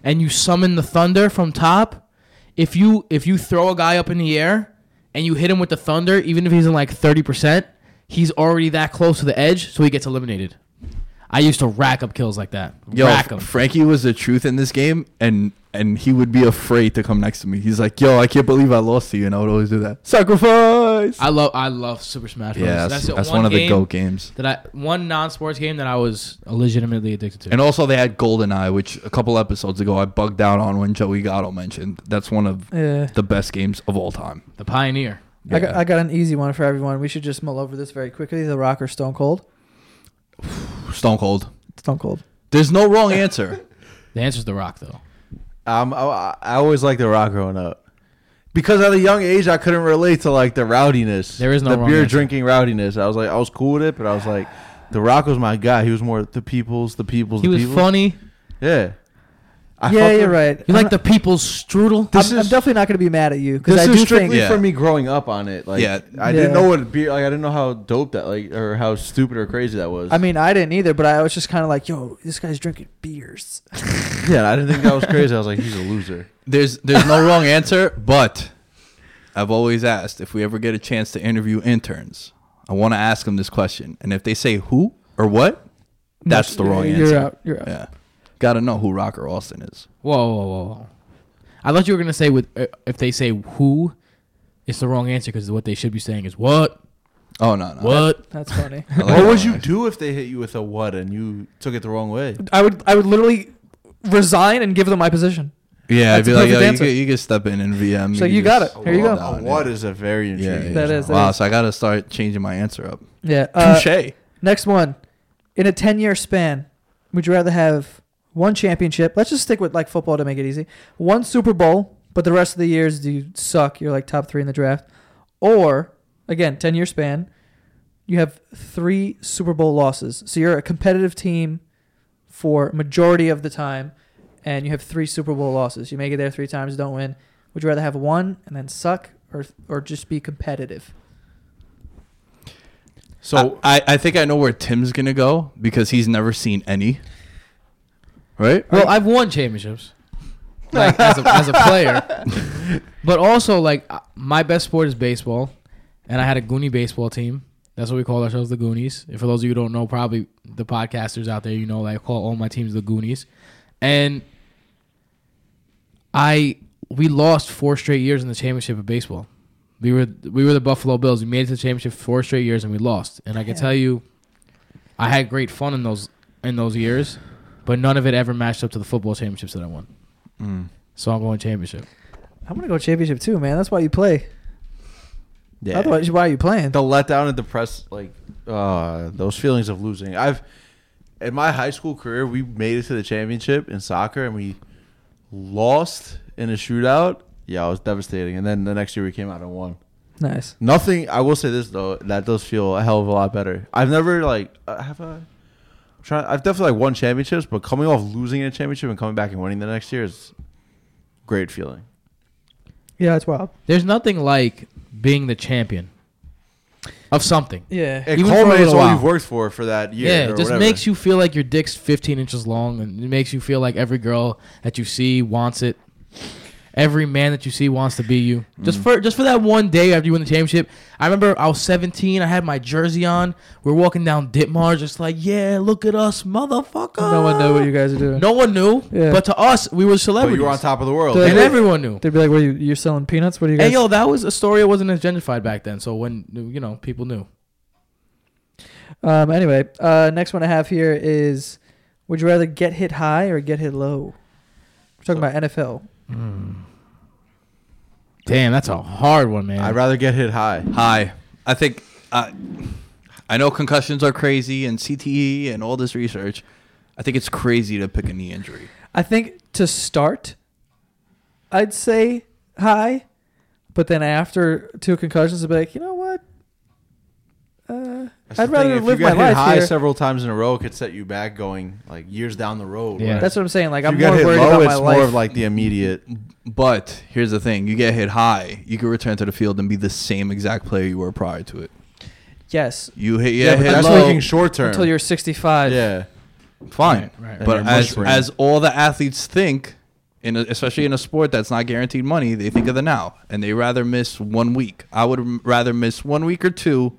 Speaker 2: and you summon the thunder from top, if you if you throw a guy up in the air and you hit him with the thunder, even if he's in like thirty percent, he's already that close to the edge, so he gets eliminated. I used to rack up kills like that.
Speaker 5: Yo,
Speaker 2: rack him.
Speaker 5: Frankie was the truth in this game, and and he would be afraid to come next to me. He's like, "Yo, I can't believe I lost to you," and I would always do that. Sacrifice.
Speaker 2: I love I love Super Smash Bros.
Speaker 5: yeah, that's,
Speaker 2: that's, the
Speaker 5: that's one, of the
Speaker 2: game
Speaker 5: goat games.
Speaker 2: That I one non-sports game that I was legitimately addicted to.
Speaker 5: And also they had GoldenEye, which a couple episodes ago I bugged out on when Joey Gatto mentioned. That's one of
Speaker 1: Yeah.
Speaker 5: the best games of all time.
Speaker 2: the Pioneer.
Speaker 1: I, got,
Speaker 5: Yeah.
Speaker 1: I got an easy one for everyone. We should just mull over this very quickly. The Rock or Stone Cold?
Speaker 5: Stone Cold.
Speaker 1: Stone Cold.
Speaker 5: There's no wrong answer
Speaker 2: The answer's The Rock though.
Speaker 4: Um, I, I always liked The Rock growing up because at a young age I couldn't relate to like the rowdiness.
Speaker 2: There is no
Speaker 4: the
Speaker 2: wrong
Speaker 4: beer
Speaker 2: answer.
Speaker 4: drinking rowdiness. I was like, I was cool with it, but I was like, The Rock was my guy. He was more the people's, the people's.
Speaker 2: He
Speaker 4: the
Speaker 2: was
Speaker 4: people's.
Speaker 2: funny.
Speaker 4: Yeah, I
Speaker 1: yeah,
Speaker 4: fucking-
Speaker 1: you're right.
Speaker 2: You
Speaker 1: I'm
Speaker 2: like the people's strudel?
Speaker 1: I'm,
Speaker 4: This
Speaker 1: I'm
Speaker 4: is-
Speaker 1: definitely not going to be mad at you because I
Speaker 4: This is
Speaker 1: do think
Speaker 4: strictly
Speaker 5: Yeah.
Speaker 4: for me growing up on it. Like,
Speaker 5: Yeah.
Speaker 4: I didn't
Speaker 1: Yeah.
Speaker 4: know what beer. Like, I didn't know how dope that, like, or how stupid or crazy that was.
Speaker 1: I mean, I didn't either, but I was just kind of like, yo, this guy's drinking beers.
Speaker 4: yeah, I didn't think that was crazy. I was like, he's a loser.
Speaker 5: There's there's no wrong answer, but I've always asked if we ever get a chance to interview interns, I want to ask them this question. And if they say who or what, that's the wrong
Speaker 1: You're
Speaker 5: answer.
Speaker 1: out. You're out.
Speaker 5: Yeah. Got to know who Rocker Austin is.
Speaker 2: Whoa, whoa, whoa, whoa! I thought you were gonna say with uh, if they say who, it's the wrong answer because what they should be saying is what,
Speaker 5: Oh no, no.
Speaker 2: what.
Speaker 1: That's funny.
Speaker 5: I like
Speaker 4: what
Speaker 5: that
Speaker 4: would
Speaker 5: one,
Speaker 4: you
Speaker 5: actually.
Speaker 4: do if they hit you with a what and you took it the wrong way?
Speaker 1: I would I would literally resign and give them my position.
Speaker 5: Yeah, I'd
Speaker 1: That's
Speaker 5: be
Speaker 1: a
Speaker 5: like,
Speaker 1: perfect
Speaker 5: yo, you
Speaker 1: answer.
Speaker 5: could, you could step in and VM.
Speaker 1: So
Speaker 5: could
Speaker 1: you got
Speaker 5: just-
Speaker 1: it. Here you go.
Speaker 5: Hold
Speaker 4: A
Speaker 5: on,
Speaker 4: what
Speaker 5: yeah.
Speaker 4: is a very
Speaker 5: Yeah,
Speaker 4: intriguing.
Speaker 5: yeah,
Speaker 1: That
Speaker 5: yeah.
Speaker 1: is-
Speaker 5: wow.
Speaker 1: that is-
Speaker 5: So I gotta start changing my answer up.
Speaker 1: Yeah. Uh,
Speaker 5: Touche.
Speaker 1: next one. In a 10 year span, would you rather have one championship? Let's just stick with like football to make it easy. One Super Bowl, but the rest of the years you suck. You're like top three in the draft. Or, again, 10 year span, you have three Super Bowl losses. So you're a competitive team for majority of the time, and you have three Super Bowl losses. You make it there three times, don't win. Would you rather have one and then suck, or or just be competitive?
Speaker 5: So I, I, I think I know where Tim's gonna go because he's never seen any. Right?
Speaker 1: Uh,
Speaker 2: Well, I've won championships, like as a, as a player, but also like uh, my best sport is baseball, and I had a Goonie baseball team. That's what we call ourselves, the Goonies. And for those of you who don't know, probably the podcasters out there, you know, like call all my teams the Goonies, and I we lost four straight years in the championship of baseball. We were we were the Buffalo Bills. We made it to the championship four straight years and we lost. And I can tell you, I had great fun in those in those years, but none of it ever matched up to the football championships that I won. So I'm going championship.
Speaker 1: I'm gonna go championship too, man. That's why you play.
Speaker 4: Yeah.
Speaker 1: Otherwise, why are you playing?
Speaker 4: the letdown and depressed like uh those feelings of losing i've in my high school career we made it to the championship in soccer and we lost in a shootout yeah it was devastating and then the next year we came out and won
Speaker 1: Nice.
Speaker 4: nothing i will say this though that does feel a hell of a lot better i've never like uh, have i trying i've definitely like won championships but coming off losing in a championship and coming back and winning the next year is great feeling
Speaker 1: Yeah, it's wild.
Speaker 2: There's nothing like being the champion of something.
Speaker 1: Yeah.
Speaker 4: it
Speaker 2: Even for a
Speaker 4: culminates all
Speaker 2: little while.
Speaker 4: you've worked for for that year
Speaker 2: Yeah,
Speaker 4: or
Speaker 2: it just
Speaker 4: whatever.
Speaker 2: makes you feel like your dick's 15 inches long, and it makes you feel like every girl that you see wants it. Every man that you see wants to be you. Just
Speaker 4: Mm.
Speaker 2: for just for that one day after you win the championship. I remember I was 17. I had my jersey on. We are walking down Ditmar, just like, yeah, look at us, motherfucker.
Speaker 1: No one knew what you guys are doing.
Speaker 2: No one knew.
Speaker 1: Yeah.
Speaker 2: But to us, we were
Speaker 4: But
Speaker 2: celebrities.
Speaker 4: you were on top of the world.
Speaker 1: They're
Speaker 2: and
Speaker 1: like,
Speaker 2: everyone knew.
Speaker 1: They'd be like, "What are you? You're selling peanuts? What are you guys?"
Speaker 2: Hey, yo, that was Astoria wasn't as gentrified back then. So when you know people knew.
Speaker 1: Um, anyway, uh, next one I have here is would you rather get hit high or get hit low? We're talking about NFL.
Speaker 2: Damn, that's a hard one, man.
Speaker 4: I'd rather get hit high.
Speaker 5: Hi. I think I I know concussions are crazy and CTE and all this research. I think it's crazy to pick a knee injury.
Speaker 1: I think to start, I'd say high, but then after two concussions, I'd be like, you know what? Uh,
Speaker 4: That's
Speaker 1: I'd
Speaker 4: the
Speaker 1: rather
Speaker 4: thing, if
Speaker 1: live
Speaker 4: you
Speaker 1: my
Speaker 4: get hit
Speaker 1: life
Speaker 4: high
Speaker 1: here.
Speaker 4: several times in a row, it could set you back going like years down the road.
Speaker 2: Yeah.
Speaker 1: That's what I'm saying. Like
Speaker 4: if
Speaker 1: I'm
Speaker 4: you get
Speaker 1: more
Speaker 4: hit
Speaker 1: worried
Speaker 4: low,
Speaker 1: about
Speaker 4: it's
Speaker 1: my
Speaker 4: more
Speaker 1: life.
Speaker 4: of like the immediate.
Speaker 5: But here's the thing you get hit high, you can return to the field and be the same exact player you were prior to it.
Speaker 1: yes,
Speaker 5: You hit, yeah,
Speaker 4: Yeah, but
Speaker 5: hit
Speaker 4: that's
Speaker 5: low,
Speaker 4: thinking short term.
Speaker 1: until you're 65.
Speaker 4: yeah,
Speaker 5: fine.
Speaker 2: Right, right.
Speaker 5: But
Speaker 4: And you're
Speaker 5: as,
Speaker 4: mushroom.
Speaker 5: as all the athletes think, in a, especially in a sport that's not guaranteed money, they think of the now and they rather miss one week. I would m- rather miss one week or two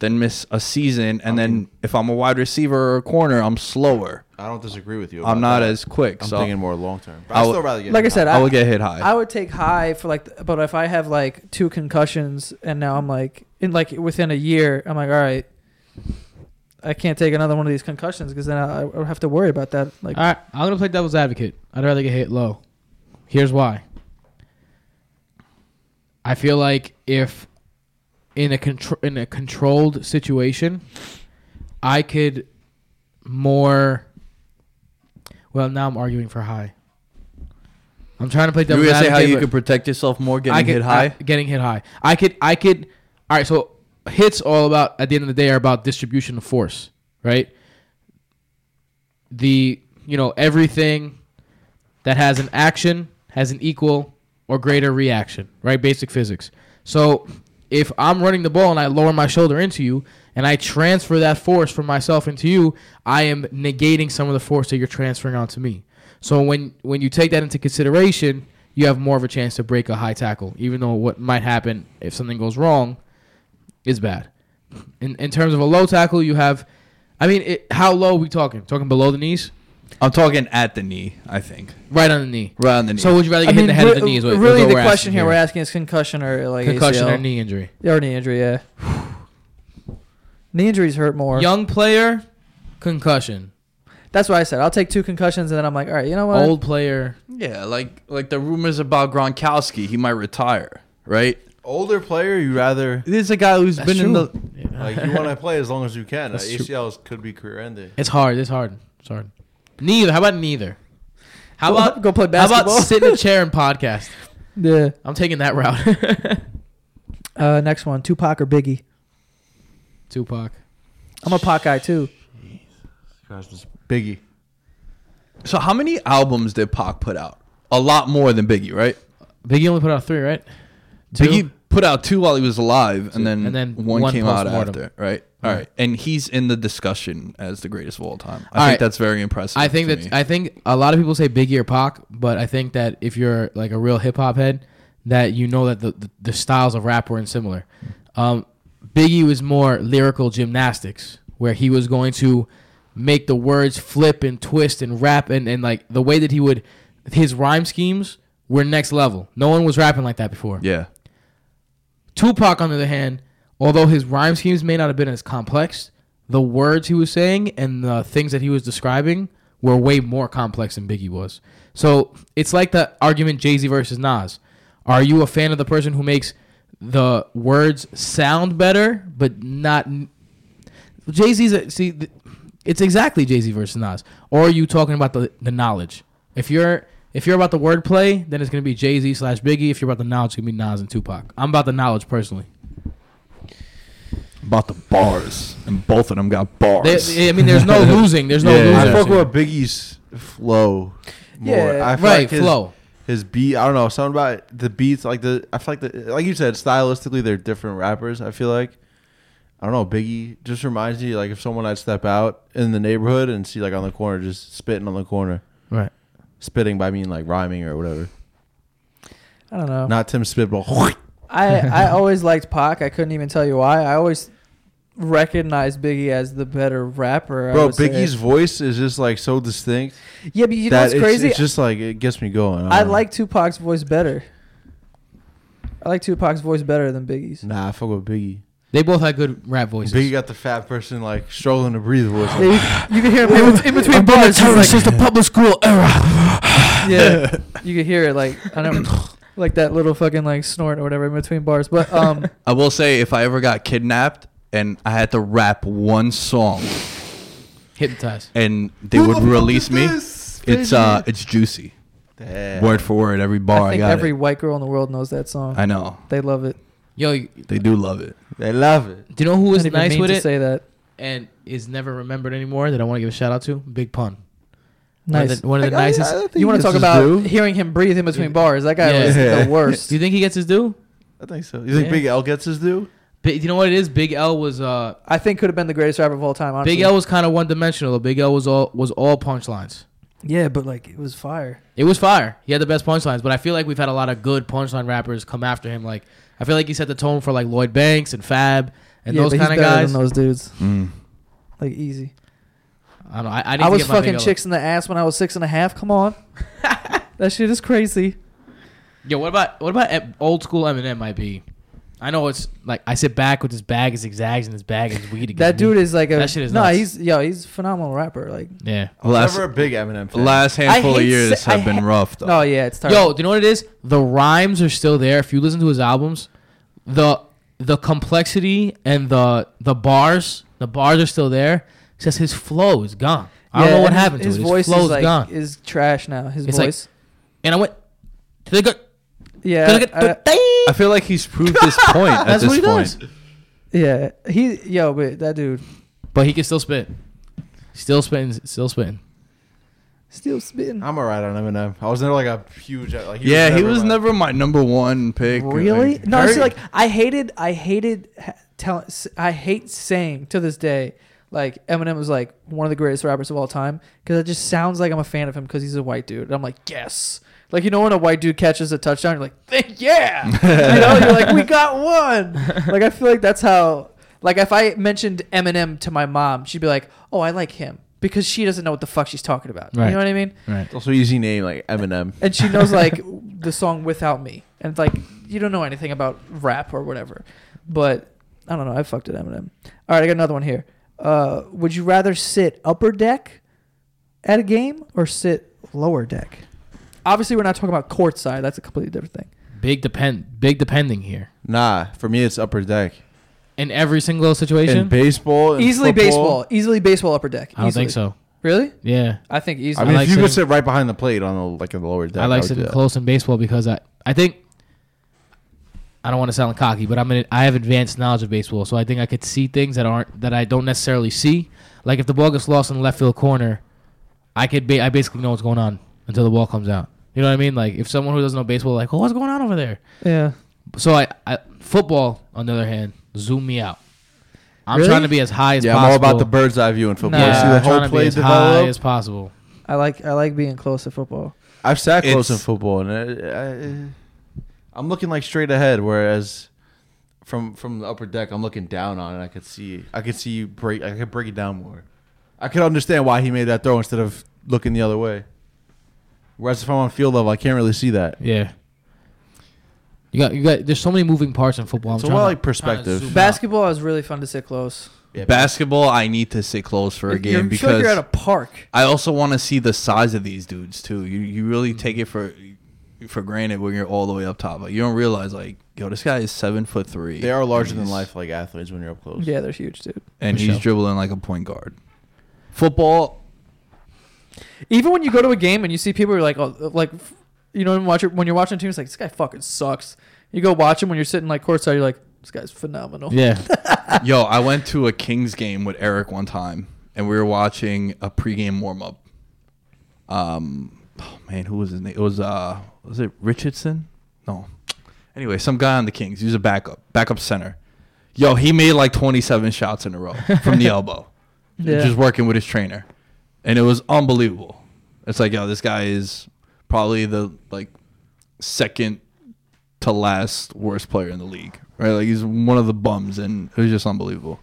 Speaker 5: than miss a season. And then if I'm a wide receiver or a corner, I'm slower.
Speaker 4: I don't disagree with you.
Speaker 5: I'm
Speaker 4: about
Speaker 5: not
Speaker 4: that.
Speaker 5: as quick.
Speaker 4: I'm
Speaker 5: so
Speaker 4: thinking more long term. But
Speaker 5: I
Speaker 4: I
Speaker 5: would-
Speaker 4: still rather get
Speaker 1: Like I
Speaker 4: hit
Speaker 1: said,
Speaker 5: I will get hit high.
Speaker 1: I would take high for like, the, but if I have like two concussions and now I'm like in like within a year, I'm like, all right, I can't take another one of these concussions because then I, I would have to worry about that. Like,
Speaker 2: All right, I'm gonna play devil's advocate. I'd rather get hit low. Here's why. I feel like if in a contr- in a controlled situation, I could more. Well, now I'm arguing for high. I'm trying to play
Speaker 5: you were
Speaker 2: devil's
Speaker 5: gonna say
Speaker 2: advocate.
Speaker 5: how you
Speaker 2: but
Speaker 5: could protect yourself more getting
Speaker 2: I could,
Speaker 5: hit high.
Speaker 2: I- getting hit high. I could. I could. All right. So hits all about at the end of the day are about distribution of force, right? The you know everything that has an action has an equal or greater reaction, right? Basic physics. So if I'm running the ball and I lower my shoulder into you and I transfer that force from myself into you, I am negating some of the force that you're transferring onto me. So when when you take that into consideration, you have more of a chance to break a high tackle, even though what might happen if something goes wrong is bad. In in terms of a low tackle, you have I mean, it, how low are we talking? Talking below the knees?
Speaker 5: I'm talking at the knee. I think
Speaker 2: Right on the knee.
Speaker 5: right on the knee.
Speaker 2: So would you rather get
Speaker 1: I
Speaker 2: hit
Speaker 1: mean,
Speaker 2: in the head or the
Speaker 1: re-
Speaker 2: knee? Is what, is
Speaker 1: really
Speaker 2: what
Speaker 1: the
Speaker 2: we're
Speaker 1: question
Speaker 2: asking
Speaker 1: here we're asking is concussion or like
Speaker 2: concussion
Speaker 1: ACL.
Speaker 2: or knee injury.
Speaker 1: or knee injury. Yeah, knee injuries hurt more.
Speaker 2: Young player, concussion.
Speaker 1: That's why I said I'll take two concussions and then I'm like, all right, you know what?
Speaker 2: Old player.
Speaker 5: yeah, like like the rumors about Gronkowski, he might retire. Right?
Speaker 4: older player. You rather
Speaker 5: This is a guy who's been in the
Speaker 4: like you want to play as long as you can. Uh, ACLs could be career ending.
Speaker 2: It's hard. It's hard. It's hard. Neither. How about neither? How
Speaker 1: Go-
Speaker 2: about
Speaker 1: go play
Speaker 2: How
Speaker 1: basketball?
Speaker 2: about sit in a chair and podcast?
Speaker 1: yeah.
Speaker 2: I'm taking that route.
Speaker 1: Uh, next one, Tupac or Biggie?
Speaker 2: Tupac.
Speaker 1: I'm a Pac guy too.
Speaker 4: Biggie.
Speaker 5: So how many albums did Pac put out? A lot more than Biggie, right?
Speaker 2: Biggie only put out three, right? Two?
Speaker 5: Biggie put out two while he was alive, and then,
Speaker 2: And then
Speaker 5: one,
Speaker 2: one
Speaker 5: came out
Speaker 2: post-mortem.
Speaker 5: after, right? All right, and he's in the discussion as the greatest of all time. I
Speaker 2: All
Speaker 5: think
Speaker 2: right.
Speaker 5: that's very impressive.
Speaker 2: I think
Speaker 5: to
Speaker 2: that
Speaker 5: me.
Speaker 2: I think a lot of people say Biggie or Pac, but I think that if you're like a real hip hop head, that you know that the, the, the styles of rap weren't similar. Um, Biggie was more lyrical gymnastics, where he was going to make the words flip and twist and rap, and, and like the way that he would his rhyme schemes were next level. No one was rapping like that before.
Speaker 5: yeah,
Speaker 2: Tupac, on the other hand, although his rhyme schemes may not have been as complex, the words he was saying and the things that he was describing were way more complex than Biggie was. So it's like the argument Jay Z versus Nas. Are you a fan of the person who makes the words sound better, but not Jay Z's a, see, th- it's exactly Jay Z versus Nas. Or are you talking about the the knowledge? If you're if you're about the wordplay, then it's gonna be Jay Z slash Biggie. If you're about the knowledge, it's gonna be Nas and Tupac. I'm about the knowledge personally.
Speaker 5: about the bars, and both of them got bars.
Speaker 2: They, I mean, there's no losing. There's no
Speaker 5: Yeah,
Speaker 2: losing.
Speaker 5: yeah,
Speaker 4: I
Speaker 5: yeah.
Speaker 4: fuck with Biggie's flow. More.
Speaker 1: Yeah,
Speaker 4: I feel
Speaker 2: right,
Speaker 4: like his-
Speaker 2: flow.
Speaker 4: his beat. I don't know something about the beats. Like the I feel like the like you said stylistically they're different rappers. I feel like I don't know Biggie just reminds me like if someone I'd step out in the neighborhood and see like on the corner just spitting on the corner,
Speaker 2: Right.
Speaker 4: spitting by mean like rhyming or whatever.
Speaker 1: I don't
Speaker 2: Oh.
Speaker 1: know.
Speaker 4: Not Tim Spitball.
Speaker 1: I, I always liked Pac. I couldn't even tell you why. I always recognized Biggie as the better rapper. I
Speaker 4: Bro,
Speaker 1: would say.
Speaker 4: Biggie's voice is just like so distinct.
Speaker 1: Yeah, but you know
Speaker 4: that
Speaker 1: what's
Speaker 4: it's,
Speaker 1: crazy?
Speaker 4: it's just uh, like it gets me going.
Speaker 1: I
Speaker 4: don't know.
Speaker 1: like Tupac's voice better. I like Tupac's voice better than Biggie's.
Speaker 4: Nah, I fuck with Biggie.
Speaker 2: They both had good rap voices.
Speaker 4: Biggie got the fat person like struggling to breathe voice.
Speaker 1: Yeah, you, you can hear him in, bet- in between bars. he's like-
Speaker 2: the public school era.
Speaker 1: yeah, you can hear it like I don't like that little fucking like snort or whatever in between bars.
Speaker 4: Oh,
Speaker 1: But um,
Speaker 5: I will say, if I ever got kidnapped and I had to rap one song
Speaker 2: Hypnotized.
Speaker 5: and they would release me, it's uh, it's juicy,
Speaker 4: Damn.
Speaker 5: word for word, every bar. I,
Speaker 1: I think
Speaker 5: got
Speaker 1: every
Speaker 5: it.
Speaker 1: white girl in the world knows that song.
Speaker 5: I know
Speaker 1: they love it.
Speaker 2: Yo, you-
Speaker 5: they do love it.
Speaker 4: They love it.
Speaker 2: do you know who was
Speaker 1: Not even
Speaker 2: nice
Speaker 1: mean
Speaker 2: with
Speaker 1: to
Speaker 2: it
Speaker 1: Say that.
Speaker 2: and is never remembered anymore? That I want to give a shout out to. Big pun. One of
Speaker 1: Nice.
Speaker 2: the, one of the
Speaker 4: I- I-
Speaker 2: nicest.
Speaker 4: I think
Speaker 1: you want to
Speaker 4: this
Speaker 1: talk
Speaker 4: is
Speaker 1: about
Speaker 4: due.
Speaker 1: hearing him breathe in between
Speaker 2: Yeah.
Speaker 1: bars? That guy
Speaker 4: Yeah.
Speaker 1: was the worst.
Speaker 2: do you think he gets his due?
Speaker 4: I think so. You think
Speaker 2: Yeah.
Speaker 4: Big L gets his due?
Speaker 2: But you know what it is. Big L was uh,
Speaker 1: I think could have been the greatest rapper of all time. Honestly.
Speaker 2: Big L was kind of one dimensional. Big L was all was all punchlines.
Speaker 1: Yeah, but like it was fire.
Speaker 2: It was fire. He had the best punchlines, but I feel like we've had a lot of good punchline rappers come after him. Like I feel like he set the tone for like Lloyd Banks and Fab and
Speaker 1: yeah,
Speaker 2: those
Speaker 1: but he's
Speaker 2: kind of
Speaker 1: better
Speaker 2: guys.
Speaker 1: Than those dudes,
Speaker 5: Mm.
Speaker 1: like easy.
Speaker 2: I don't know. I, I, need
Speaker 1: I
Speaker 2: to
Speaker 1: was
Speaker 2: get my Big
Speaker 1: fucking
Speaker 2: L up.
Speaker 1: chicks in the ass when I was six and a half. Come on, that shit is crazy.
Speaker 2: Yo, what about what about em- old school Eminem? Might be. I know it's like I sit back with his bag of zigzags and his bag is weed.
Speaker 1: That dude is like a
Speaker 2: That shit is
Speaker 1: no.
Speaker 2: nuts.
Speaker 1: He's yo, he's a phenomenal rapper. Like
Speaker 2: yeah.
Speaker 4: I was
Speaker 5: Last-
Speaker 4: never a big Eminem fan.
Speaker 5: Last handful of
Speaker 1: hate
Speaker 5: years
Speaker 1: sa- I
Speaker 5: have been
Speaker 1: ha-
Speaker 5: rough though.
Speaker 1: no, oh, yeah, it's terrible.
Speaker 2: Yo, do you know what it is? The rhymes are still there. If you listen to his albums, the the complexity and the the bars, the bars are still there. It's just his flow is gone. I don't
Speaker 1: Yeah,
Speaker 2: know what
Speaker 1: and
Speaker 2: happened to
Speaker 1: His,
Speaker 2: it.
Speaker 1: his voice
Speaker 2: his flow's
Speaker 1: is like
Speaker 2: gone.
Speaker 1: is trash now. His
Speaker 2: It's like-
Speaker 1: voice.
Speaker 2: and I went to the good.
Speaker 1: yeah, I-
Speaker 5: I feel like he's proved his point at
Speaker 2: That's
Speaker 5: this
Speaker 2: what he
Speaker 5: point.
Speaker 2: does.
Speaker 1: yeah. He yo, but that dude
Speaker 2: But he can still spit. Still spitting. Still spitting.
Speaker 1: still spitting.
Speaker 4: I'm alright on Eminem. I was never like a huge. Like,
Speaker 5: yeah, he was
Speaker 4: my-
Speaker 5: never my number one pick.
Speaker 1: Really?
Speaker 5: Like,
Speaker 1: No,
Speaker 5: very-
Speaker 1: see, like I hated, I hated, ha- tell, s- I hate saying to this day, like Eminem was like one of the greatest rappers of all time because it just sounds like I'm a fan of him because he's a white dude. And I'm like, yes. Like you know when a white dude catches a touchdown, you're like, "Thank- yeah. you know, you're like, we got one. Like I feel like that's how. Like if I mentioned Eminem to my mom, she'd be like, oh, I like him because she doesn't know what the fuck she's talking about.
Speaker 2: Right.
Speaker 1: You know what I mean?
Speaker 2: Right.
Speaker 4: It's also easy name like Eminem.
Speaker 1: and she knows like the song without me and it's like you don't know anything about rap or whatever but i don't know i fucked at eminem all right i got another one here uh, would you rather sit upper deck at a game or sit lower deck obviously we're not talking about court side that's a completely different thing
Speaker 2: Big depend. Big depending here
Speaker 4: Nah, for me it's upper deck.
Speaker 2: in every single situation.
Speaker 4: In baseball, in
Speaker 1: easily
Speaker 4: football,
Speaker 1: baseball easily baseball upper deck
Speaker 2: I don't
Speaker 1: easily.
Speaker 2: think so.
Speaker 1: really
Speaker 2: Yeah.
Speaker 1: i think
Speaker 4: I
Speaker 1: easily
Speaker 4: mean,
Speaker 2: I like
Speaker 4: if you could
Speaker 2: sitting-
Speaker 4: sit right behind the plate on the like in the lower deck,
Speaker 2: I like
Speaker 4: would
Speaker 2: sitting
Speaker 4: do that.
Speaker 2: close in baseball because I, I think I don't want to sound cocky, but I'm in, I have advanced knowledge of baseball, so I think I could see things that aren't that I don't necessarily see. Like if the ball gets lost in the left field corner, I could ba- I basically know what's going on until the ball comes out. You know what I mean? Like if someone who doesn't know baseball, like, oh, what's going on over there?
Speaker 1: yeah
Speaker 2: So I, I football on the other hand, zoom me out. I'm
Speaker 1: Really?
Speaker 2: trying to be as high as
Speaker 4: Yeah,
Speaker 2: possible.
Speaker 4: I'm all about the bird's eye view in football.
Speaker 1: Nah.
Speaker 4: You see
Speaker 2: I'm
Speaker 4: the
Speaker 2: trying
Speaker 4: whole
Speaker 2: to be
Speaker 4: play
Speaker 2: as high
Speaker 4: develop.
Speaker 2: as possible.
Speaker 1: i like i like being close to football
Speaker 4: I've sat close in
Speaker 5: It's-
Speaker 4: football, and I, I, I'm looking like straight ahead, whereas from from the upper deck, I'm looking down on it. I could see, I could see you break. I could break it down more. I could understand why he made that throw instead of looking the other way. Whereas if I'm on field level, I can't really see that.
Speaker 2: Yeah. You got you got. There's so many moving parts in football. I'm
Speaker 4: It's a
Speaker 2: trying
Speaker 4: lot
Speaker 2: to-
Speaker 4: like
Speaker 2: trying to
Speaker 4: perspective.
Speaker 2: zoom out.
Speaker 1: basketball is really fun to sit close
Speaker 5: basketball, I need to sit close for a
Speaker 1: You're-
Speaker 5: game
Speaker 1: you feel like
Speaker 5: because
Speaker 1: you're at a park
Speaker 5: I also want to see the size of these dudes too. You you really take it for for granted when you're all the way up top. Like you don't realize like yo, this guy is seven foot three.
Speaker 4: They are larger than
Speaker 5: He's-
Speaker 4: life, like athletes, when you're up close.
Speaker 1: yeah they're huge dude
Speaker 5: and
Speaker 2: For
Speaker 5: he's
Speaker 2: sure.
Speaker 5: dribbling like a point guard. Football,
Speaker 1: Even when you go to a game and you see people who are like, oh, like, f- you know, when you watch it- when you're watching a team, it's like this guy fucking sucks. You go watch him when you're sitting like courtside, you're like, this guy's phenomenal.
Speaker 2: Yeah.
Speaker 5: yo, I went to a Kings game with Eric one time, and we were watching a pregame warm up. Um, oh man, who was his name? It was uh, was it Richardson? No. Anyway, some guy on the Kings. He was a backup, backup center. Yo, he made like 27 shots in a row from the elbow,
Speaker 1: Yeah.
Speaker 5: just working with his trainer, and it was unbelievable. It's like, yo, this guy is probably the like second to last worst player in the league. Right? Like he's one of the bums, and it was just unbelievable.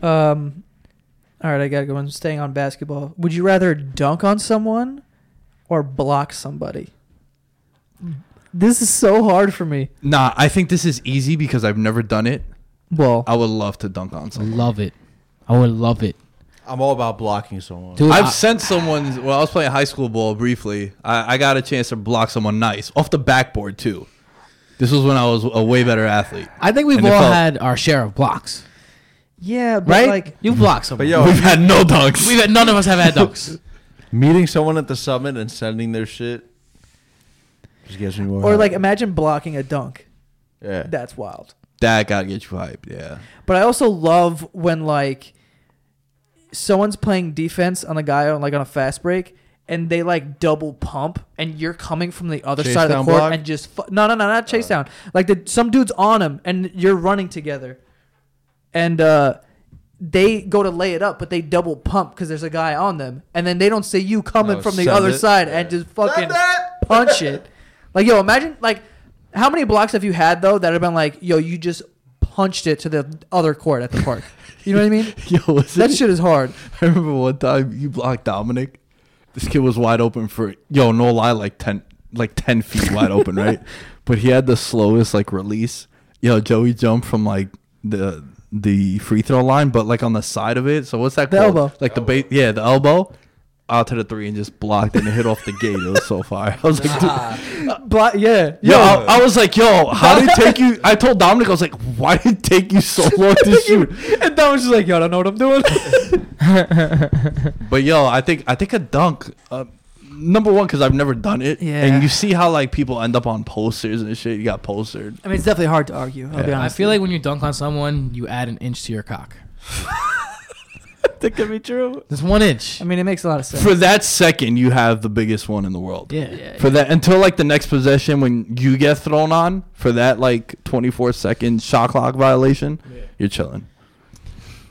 Speaker 1: Um, all right, I gotta go. I'm staying on basketball. Would you rather dunk on someone or block somebody? This is so hard for me.
Speaker 5: Nah, I think this is easy because I've never done it.
Speaker 1: Well,
Speaker 5: I would love to dunk on
Speaker 2: I
Speaker 5: someone.
Speaker 2: love it. I would love it.
Speaker 4: I'm all about blocking someone.
Speaker 2: Dude,
Speaker 5: I've
Speaker 2: I-
Speaker 5: sent someone when I was playing high school ball briefly. I, I got a chance to block someone nice off the backboard too. This was when I was a way better athlete.
Speaker 2: I think we've
Speaker 5: And it
Speaker 2: all
Speaker 5: felt-
Speaker 2: had our share of blocks,
Speaker 1: yeah, but
Speaker 2: right?
Speaker 1: like,
Speaker 2: you block someone.
Speaker 4: But yo,
Speaker 5: We've had no dunks.
Speaker 2: we've had, none of us have had dunks.
Speaker 4: meeting someone at the summit and sending their shit just gives me more.
Speaker 1: or
Speaker 4: hype.
Speaker 1: like, imagine blocking a dunk.
Speaker 4: yeah.
Speaker 1: That's wild.
Speaker 5: that gotta get you hyped. Yeah.
Speaker 1: But I also love when like someone's playing defense on a guy on like on a fast break and they like double pump and you're coming from the other
Speaker 4: Chase
Speaker 1: side of the
Speaker 4: down
Speaker 1: court
Speaker 4: block? Uh.
Speaker 1: and just fu- no no no not chase down like the, some dude's on him and you're running together and uh they go to lay it up but they double pump because there's a guy on them and then they don't see you coming
Speaker 4: Oh,
Speaker 1: from the
Speaker 4: send
Speaker 1: other
Speaker 4: it.
Speaker 1: side and
Speaker 4: Yeah.
Speaker 1: just fucking
Speaker 4: Send it!
Speaker 1: punch it. Like, yo, imagine like how many blocks have you had though that have been like, yo, you just punched it to the other court at the park. You know what I mean?
Speaker 5: Yo, was
Speaker 1: That
Speaker 5: it-
Speaker 1: shit is hard.
Speaker 5: I remember one time you blocked Dominic. This kid was wide open for yo, no lie, like ten, like ten feet wide open, right? But he had the slowest like release. Yo, Joey jumped from like the the free throw line, but like on the side of it. So what's that
Speaker 1: The
Speaker 5: called?
Speaker 1: elbow.
Speaker 5: Like the base, yeah, the elbow. Out to the three and just blocked and it hit off the gate. It was so far. I was like, dude,
Speaker 1: But yeah,
Speaker 5: yo, I, I was like, yo, how did it take you? I told Dominic, I was like, why did it take you so long to shoot?
Speaker 1: and that was just like, yo, I don't know what I'm doing.
Speaker 5: But yo, I think I think a dunk. Uh, number one, because I've never done it.
Speaker 1: Yeah.
Speaker 5: And you see how like people end up on posters and shit. You got postered.
Speaker 1: I mean, it's definitely hard to argue. I'll be
Speaker 2: I
Speaker 1: honest.
Speaker 2: feel like when you dunk on someone, you add an inch to your cock.
Speaker 5: That could be true.
Speaker 2: That's one inch.
Speaker 1: I mean, it makes a lot of sense.
Speaker 5: For that second, you have the biggest one in the world.
Speaker 2: yeah. yeah.
Speaker 5: For that until like the next possession when you get thrown on for that like 24 second shot clock violation, you're chilling.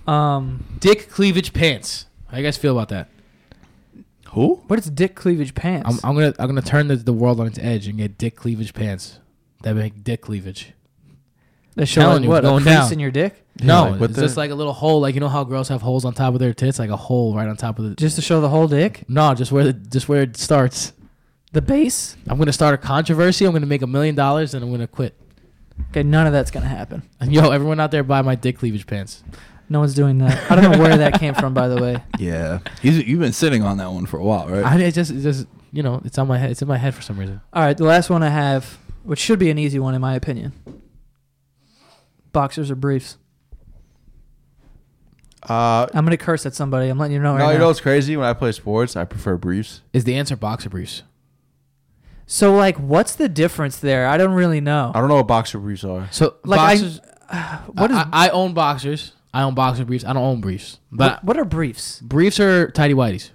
Speaker 1: um,
Speaker 2: Dick cleavage pants. How you guys feel about that?
Speaker 5: Who?
Speaker 1: what is dick cleavage pants?
Speaker 2: I'm, I'm gonna I'm gonna turn the, the world on its edge and get dick cleavage pants that make dick cleavage.
Speaker 1: They show
Speaker 2: telling
Speaker 1: like,
Speaker 2: you,
Speaker 1: what
Speaker 2: going
Speaker 1: a crease
Speaker 2: down.
Speaker 1: in your dick,
Speaker 2: No,
Speaker 4: like, what
Speaker 2: it's
Speaker 4: the-
Speaker 2: just like a little hole. Like you know how girls have holes on top of their tits, like a hole right on top of the.
Speaker 1: just to show the whole dick,
Speaker 2: no, just where the just where it starts.
Speaker 1: the base.
Speaker 2: I'm gonna start a controversy. I'm gonna make a million dollars and I'm gonna quit.
Speaker 1: Okay, none of that's gonna happen.
Speaker 2: And yo, everyone out there, buy my dick cleavage pants.
Speaker 1: No one's doing that. I don't know where that came from, by the way.
Speaker 5: Yeah. He's, you've been sitting on that one for a while, right?
Speaker 2: I it just it just you know it's on my head. It's in my head for some reason.
Speaker 1: All right, the last one I have, which should be an easy one in my opinion. Boxers or briefs?
Speaker 4: Uh,
Speaker 1: I'm gonna curse at somebody. I'm letting you know right
Speaker 4: no,
Speaker 1: now.
Speaker 4: you know what's crazy? When I play sports, I prefer briefs.
Speaker 2: Is the answer boxer briefs?
Speaker 1: so like, what's the difference there? I don't really know.
Speaker 4: I don't know what boxer briefs are.
Speaker 2: So
Speaker 1: Like, I-
Speaker 2: boxers.
Speaker 1: What is
Speaker 2: I, I own boxers. I own boxer briefs. I don't own briefs.
Speaker 1: what,
Speaker 2: But
Speaker 1: what are briefs?
Speaker 2: briefs are tidy whities.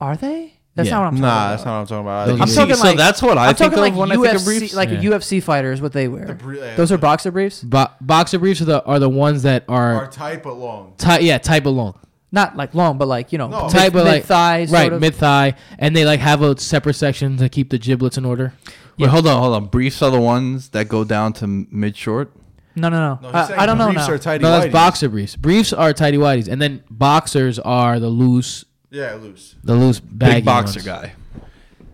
Speaker 1: Are they? That's
Speaker 2: Yeah.
Speaker 1: not what I'm talking
Speaker 4: Nah,
Speaker 1: about.
Speaker 4: that's not what I'm talking about.
Speaker 2: Those
Speaker 4: I
Speaker 2: are
Speaker 1: I'm
Speaker 4: think-
Speaker 1: talking
Speaker 5: so
Speaker 1: like
Speaker 5: that's what I
Speaker 1: I'm
Speaker 5: think
Speaker 1: talking
Speaker 5: of
Speaker 1: like
Speaker 5: when I think of briefs.
Speaker 1: UFC, like
Speaker 2: Yeah.
Speaker 1: UFC fighters, what they wear.
Speaker 4: brie- yeah,
Speaker 1: Those are
Speaker 4: yeah.
Speaker 1: boxer briefs,
Speaker 2: Bo- boxer briefs are the are the ones that are
Speaker 4: tight but long.
Speaker 2: tight. Yeah, tight but long.
Speaker 1: not like long, but like you know,
Speaker 4: No.
Speaker 1: mid-
Speaker 2: Tight but like
Speaker 1: mid-thigh,
Speaker 2: right?
Speaker 1: sort of.
Speaker 2: Mid thigh, and they like have a separate section to keep the giblets in order.
Speaker 5: Wait, hold on, hold on. Briefs are the ones that go down to mid short.
Speaker 1: no, no, no. I, I don't know. now.
Speaker 4: tight.
Speaker 2: No, that's boxer briefs. Briefs are tidy whities, and then boxers are the loose,
Speaker 4: Yeah, loose.
Speaker 2: the loose baggy
Speaker 5: Big boxer
Speaker 2: ones.
Speaker 5: guy.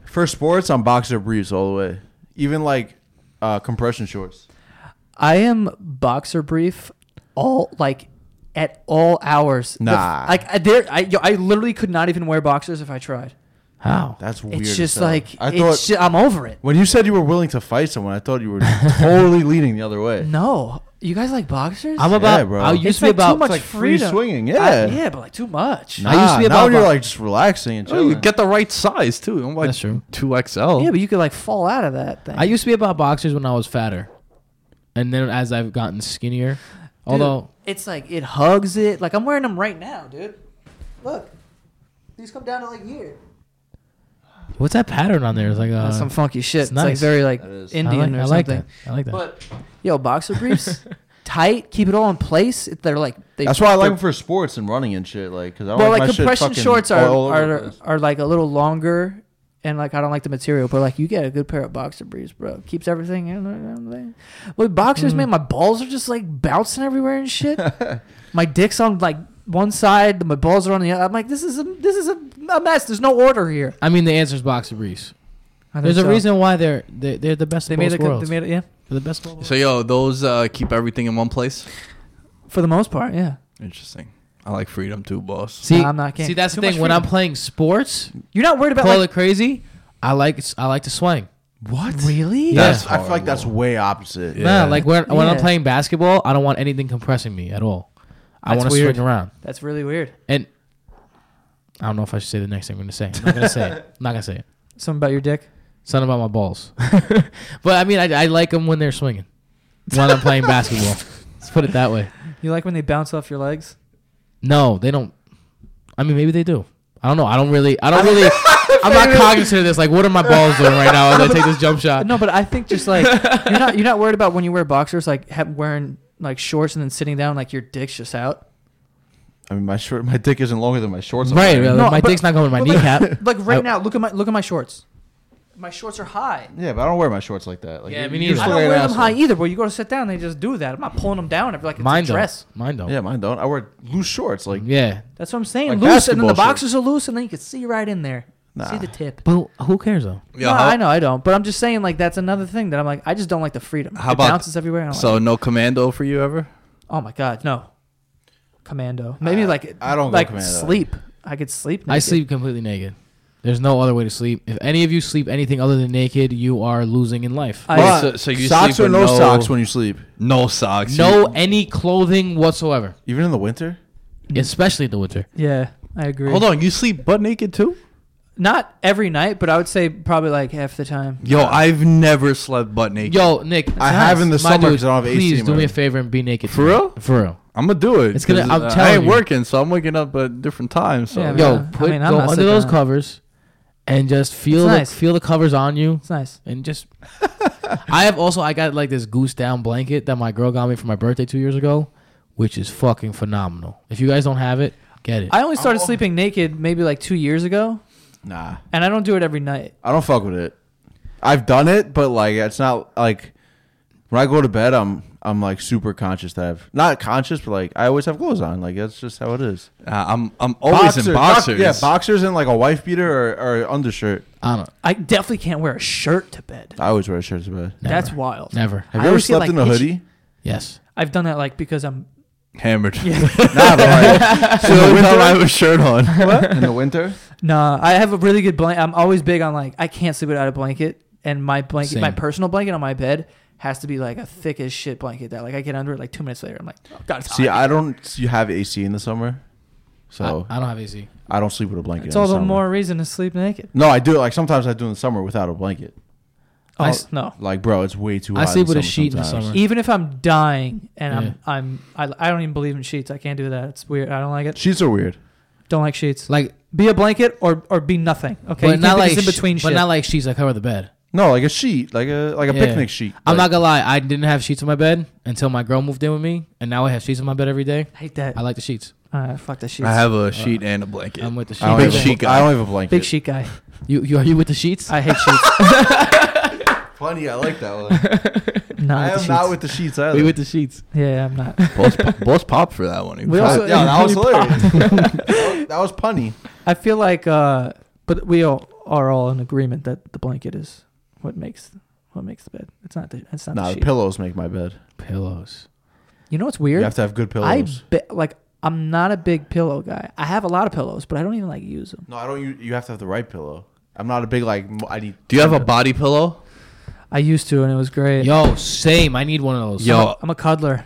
Speaker 4: For sports, I'm boxer briefs all the way. Even like uh, compression shorts.
Speaker 1: I am boxer brief all like at all hours. The f-
Speaker 4: Nah.
Speaker 1: like I- there, I yo, I literally could not even wear boxers if I tried.
Speaker 2: How?
Speaker 4: That's weird.
Speaker 1: It's
Speaker 4: as
Speaker 1: just
Speaker 4: hell.
Speaker 1: like
Speaker 4: I
Speaker 1: it's
Speaker 4: thought
Speaker 1: ju- I'm over it.
Speaker 4: when you said you were willing to fight someone, I thought you were totally leaning the other way.
Speaker 1: No, you guys like boxers?
Speaker 2: I'm about.
Speaker 4: bro.
Speaker 2: I used
Speaker 1: it's
Speaker 2: to be
Speaker 1: like
Speaker 2: about.
Speaker 1: too much
Speaker 4: like free
Speaker 1: freedom.
Speaker 4: swinging,
Speaker 1: I-
Speaker 4: yeah.
Speaker 1: yeah, but like too much.
Speaker 4: Nah,
Speaker 2: I used to be
Speaker 4: Ah, now
Speaker 2: about
Speaker 4: you're
Speaker 2: bo-
Speaker 4: like just relaxing and
Speaker 5: Oh,
Speaker 4: chilling.
Speaker 5: you get the right size too. I'm like
Speaker 2: That's true.
Speaker 5: two XL.
Speaker 1: Yeah, but you could like fall out of that thing.
Speaker 2: I used to be about boxers when I was fatter, and then as I've gotten skinnier,
Speaker 1: Dude,
Speaker 2: although
Speaker 1: it's like it hugs it. Like I'm wearing them right now, dude. Look, these come down to like here.
Speaker 2: what's that pattern on there? It's like uh,
Speaker 1: That's some funky shit. It's, like
Speaker 2: nice.
Speaker 1: very like Indian
Speaker 2: I like,
Speaker 1: or
Speaker 2: I like
Speaker 1: something.
Speaker 2: that. I like that.
Speaker 1: But yo, boxer briefs, tight, keep it all in place. It- They're like they,
Speaker 4: That's why I like
Speaker 1: they're-
Speaker 4: them for sports and running and shit. Like, cause I don't
Speaker 1: Well,
Speaker 4: like,
Speaker 1: like
Speaker 4: my shit
Speaker 1: compression
Speaker 4: fucking
Speaker 1: shorts are
Speaker 4: all over the
Speaker 1: are,
Speaker 4: place.
Speaker 1: are like a little longer and like I don't like the material, but like you get a good pair of boxer briefs, bro. Keeps everything in. With boxers,
Speaker 2: Hmm.
Speaker 1: man, my balls are just like bouncing everywhere and shit. my dick's on like one side, my balls are on the other. I'm like, this is a this is a, a mess. There's no order here.
Speaker 2: I mean, the answer's boxer briefs.
Speaker 1: I think
Speaker 2: There's a
Speaker 1: so.
Speaker 2: reason why they're they're, they're the best.
Speaker 1: they
Speaker 2: of
Speaker 1: made
Speaker 2: both
Speaker 1: it.
Speaker 2: worlds.
Speaker 1: They made it. Yeah,
Speaker 2: They're the best. Of both
Speaker 5: So yo, those uh, keep everything in one place.
Speaker 1: for the most part. Yeah.
Speaker 5: Interesting. I like freedom too, boss.
Speaker 2: See,
Speaker 1: Nah, I'm not kidding.
Speaker 2: See, that's
Speaker 1: Too
Speaker 2: the
Speaker 1: much
Speaker 2: thing. When I'm
Speaker 1: freedom.
Speaker 2: playing sports,
Speaker 1: You're not worried about
Speaker 2: call
Speaker 1: like
Speaker 2: it crazy. I like I like to swing.
Speaker 5: What?
Speaker 1: really.
Speaker 2: Yeah.
Speaker 4: That's, I feel like that's way opposite.
Speaker 5: Yeah.
Speaker 2: Nah, like when, when I'm
Speaker 1: Yeah.
Speaker 2: playing basketball, I don't want anything compressing me at all. I
Speaker 1: That's
Speaker 2: want to
Speaker 1: weird.
Speaker 2: swing around.
Speaker 1: That's really weird.
Speaker 2: And I don't know if I should say the next thing I'm going to say. I'm not going to say it. I'm not going to say it.
Speaker 1: Something about your dick.
Speaker 2: Something about my balls. but I mean, I, I like them when they're swinging, when I'm playing basketball. Let's put it that way.
Speaker 1: You like when they bounce off your legs?
Speaker 2: No, they don't. I mean, maybe they do. I don't know. I don't really. I don't really. I'm not cognizant of this. Like, what are my balls doing right now? As I take this jump shot.
Speaker 1: No, but I think just like you're not you're not worried about when you wear boxers like ha- wearing like shorts and then sitting down like your dick's just out.
Speaker 4: I mean, my short, my dick isn't longer than my shorts. are.
Speaker 2: Right.
Speaker 1: No,
Speaker 2: Uh, my
Speaker 1: but-
Speaker 2: dick's not going to my
Speaker 1: but, like-
Speaker 2: kneecap.
Speaker 1: Like right
Speaker 2: I-
Speaker 1: now, look at my look at my shorts. My shorts are high.
Speaker 4: Yeah, but I don't wear my shorts like that. Like,
Speaker 2: Yeah,
Speaker 4: you-
Speaker 2: me
Speaker 4: you
Speaker 2: neither.
Speaker 4: just
Speaker 1: I
Speaker 4: look
Speaker 1: don't
Speaker 4: like
Speaker 1: wear
Speaker 4: an
Speaker 1: them
Speaker 4: asshole.
Speaker 1: high either. Where you go to sit down, they just do that. I'm not pulling them down. Like it's
Speaker 2: Mine
Speaker 1: a
Speaker 2: don't.
Speaker 1: dress.
Speaker 2: Mine don't.
Speaker 4: Yeah, mine don't. I wear loose shorts. Like,
Speaker 2: Yeah.
Speaker 1: That's what I'm saying.
Speaker 4: Like
Speaker 1: loose, and then
Speaker 4: basketball
Speaker 1: the
Speaker 4: shorts.
Speaker 1: boxers are loose, and then you can see right in there. See
Speaker 4: Nah.
Speaker 1: the tip.
Speaker 2: But who cares though?
Speaker 5: Yo,
Speaker 1: no,
Speaker 5: how-
Speaker 1: I know I don't, but I'm just saying like that's another thing that I'm like I just don't like the freedom.
Speaker 5: How
Speaker 1: it
Speaker 5: about-
Speaker 1: bounces everywhere? and I'm like,
Speaker 5: So no commando for you ever?
Speaker 1: Oh my god, no. Commando. Maybe like
Speaker 4: I don't go
Speaker 1: like
Speaker 4: commando.
Speaker 1: sleep. I could sleep.
Speaker 2: I
Speaker 1: naked.
Speaker 2: sleep completely naked. There's no other way to sleep. If any of you sleep anything other than naked, you are losing in life.
Speaker 1: I-
Speaker 5: Wait, so, so you
Speaker 4: socks
Speaker 5: sleep
Speaker 4: or
Speaker 5: with
Speaker 4: no, socks when you sleep,
Speaker 5: No socks.
Speaker 2: no
Speaker 5: You-
Speaker 2: any clothing whatsoever,
Speaker 4: even in the winter.
Speaker 2: especially in the winter.
Speaker 1: yeah, I agree.
Speaker 5: hold on. You sleep butt naked too?
Speaker 1: Not every night, but I would say probably like half the time.
Speaker 5: Yo, I've never slept butt naked.
Speaker 2: Yo, Nick,
Speaker 4: I have in the
Speaker 2: my
Speaker 4: summer
Speaker 2: dude,
Speaker 4: 'cause I don't have AC
Speaker 2: Please
Speaker 4: in
Speaker 2: do
Speaker 4: my
Speaker 2: me a
Speaker 4: room.
Speaker 2: favor and be naked.
Speaker 5: For real?
Speaker 2: For real.
Speaker 5: I'm gonna do it.
Speaker 2: It's gonna-
Speaker 5: 'cause
Speaker 2: I'm
Speaker 5: I
Speaker 2: telling
Speaker 5: ain't
Speaker 2: you.
Speaker 5: working, so I'm waking up at different times. So
Speaker 1: Yeah, man.
Speaker 2: Yo,
Speaker 1: Uh, I
Speaker 2: put,
Speaker 1: mean, I'm
Speaker 2: go
Speaker 1: not
Speaker 2: under
Speaker 1: sleeping
Speaker 2: those
Speaker 1: on it.
Speaker 2: covers, and just feel
Speaker 1: It's
Speaker 2: the,
Speaker 1: nice.
Speaker 2: feel the covers on you,
Speaker 1: It's nice.
Speaker 2: and just. I have also I got like this goose down blanket that my girl got me for my birthday two years ago, which is fucking phenomenal. If you guys don't have it, get it.
Speaker 1: I only started
Speaker 4: Oh.
Speaker 1: sleeping naked maybe like two years ago,
Speaker 4: Nah,
Speaker 1: and I don't do it every night.
Speaker 4: I don't fuck with it. I've done it, but like, it's not like when I go to bed, I'm I'm like super conscious that I've not conscious, but like I always have clothes on. Like that's just how it is.
Speaker 5: Uh, I'm I'm always in
Speaker 4: boxer-
Speaker 5: boxers.
Speaker 4: yeah, boxers and like a wife beater or, or undershirt.
Speaker 2: I don't
Speaker 1: I definitely can't wear a shirt to bed.
Speaker 4: I always wear a shirt to bed.
Speaker 1: That's wild.
Speaker 2: never.
Speaker 4: Have
Speaker 1: I
Speaker 4: you ever
Speaker 1: always get,
Speaker 4: slept
Speaker 1: like,
Speaker 4: in a
Speaker 1: itchy-
Speaker 4: hoodie?
Speaker 2: Yes.
Speaker 1: I've done that like because I'm
Speaker 5: hammered.
Speaker 4: nah, but like,
Speaker 5: So the time I have a shirt on.
Speaker 4: in the winter.
Speaker 1: Nah, I have a really good blanket. I'm always big on like I can't sleep without a blanket, and my blanket, my
Speaker 2: Same.
Speaker 1: personal blanket on my bed has to be like a thick as shit blanket that like I get under it like two minutes later. I'm like, oh, God, it's
Speaker 4: See,
Speaker 1: hot.
Speaker 4: I don't. You have AC in the summer, so
Speaker 2: I, I don't have AC.
Speaker 4: I, don't sleep with a blanket.
Speaker 1: it's
Speaker 4: in
Speaker 1: all
Speaker 4: the
Speaker 1: the
Speaker 4: summer.
Speaker 1: more reason to sleep naked.
Speaker 4: No, I do. Like sometimes I do in the summer without a blanket.
Speaker 1: Oh
Speaker 2: I s-
Speaker 1: no,
Speaker 4: Like, bro, it's way too.
Speaker 2: I
Speaker 4: hot
Speaker 2: sleep
Speaker 4: in the
Speaker 2: with a
Speaker 4: summer
Speaker 2: sheet in the
Speaker 4: sometimes.
Speaker 2: summer.
Speaker 1: even if I'm dying and
Speaker 2: Yeah.
Speaker 1: I'm I'm I, I don't even believe in sheets. I can't do that. It's weird. I don't like it.
Speaker 4: Sheets are weird.
Speaker 1: Don't like sheets. Like
Speaker 2: Like,
Speaker 1: be a blanket or or be nothing. Okay,
Speaker 2: but not like
Speaker 1: in between.
Speaker 2: sh- but not like sheets that cover the bed.
Speaker 4: No, like a sheet, like a like a
Speaker 2: Yeah.
Speaker 4: picnic sheet.
Speaker 2: I'm
Speaker 4: Like,
Speaker 2: not gonna lie, I didn't have sheets on my bed until my girl moved in with me, and now I have sheets on my bed every day.
Speaker 1: I hate that.
Speaker 2: I like the sheets.
Speaker 1: uh, fuck the sheets.
Speaker 5: I have a sheet and a blanket.
Speaker 2: I'm with the sheets.
Speaker 4: I don't,
Speaker 5: Big
Speaker 4: have,
Speaker 5: sheet
Speaker 4: a,
Speaker 5: guy.
Speaker 4: I don't have a blanket.
Speaker 1: big sheet guy.
Speaker 2: You, you are you with the sheets?
Speaker 1: I hate sheets.
Speaker 4: Funny, I like that one.
Speaker 1: Not
Speaker 4: I
Speaker 1: with
Speaker 4: am
Speaker 1: the sheets.
Speaker 4: not with the sheets either.
Speaker 2: we with the sheets.
Speaker 1: yeah, I'm not.
Speaker 5: boss, pop, boss pop for that one.
Speaker 1: We also-
Speaker 4: yeah, that was hilarious. that was punny.
Speaker 1: I feel like, uh, but we all are all in agreement that the blanket is what makes what makes the bed. It's not the it's not
Speaker 4: Nah,
Speaker 1: the
Speaker 4: the
Speaker 1: sheet.
Speaker 4: pillows make my bed.
Speaker 2: Pillows.
Speaker 1: You know what's
Speaker 4: You
Speaker 1: weird?
Speaker 4: have to have good
Speaker 1: I
Speaker 4: pillows.
Speaker 1: be, like I'm not a big pillow guy. I have a lot of pillows, but I don't even like use them.
Speaker 4: no, I don't. You, you have to have the right pillow. I'm not a big like. mo- I need.
Speaker 5: Do you have a body pillow?
Speaker 1: I used to, and it was great.
Speaker 2: Yo, same. I need one of those.
Speaker 5: Yo,
Speaker 1: I'm a cuddler.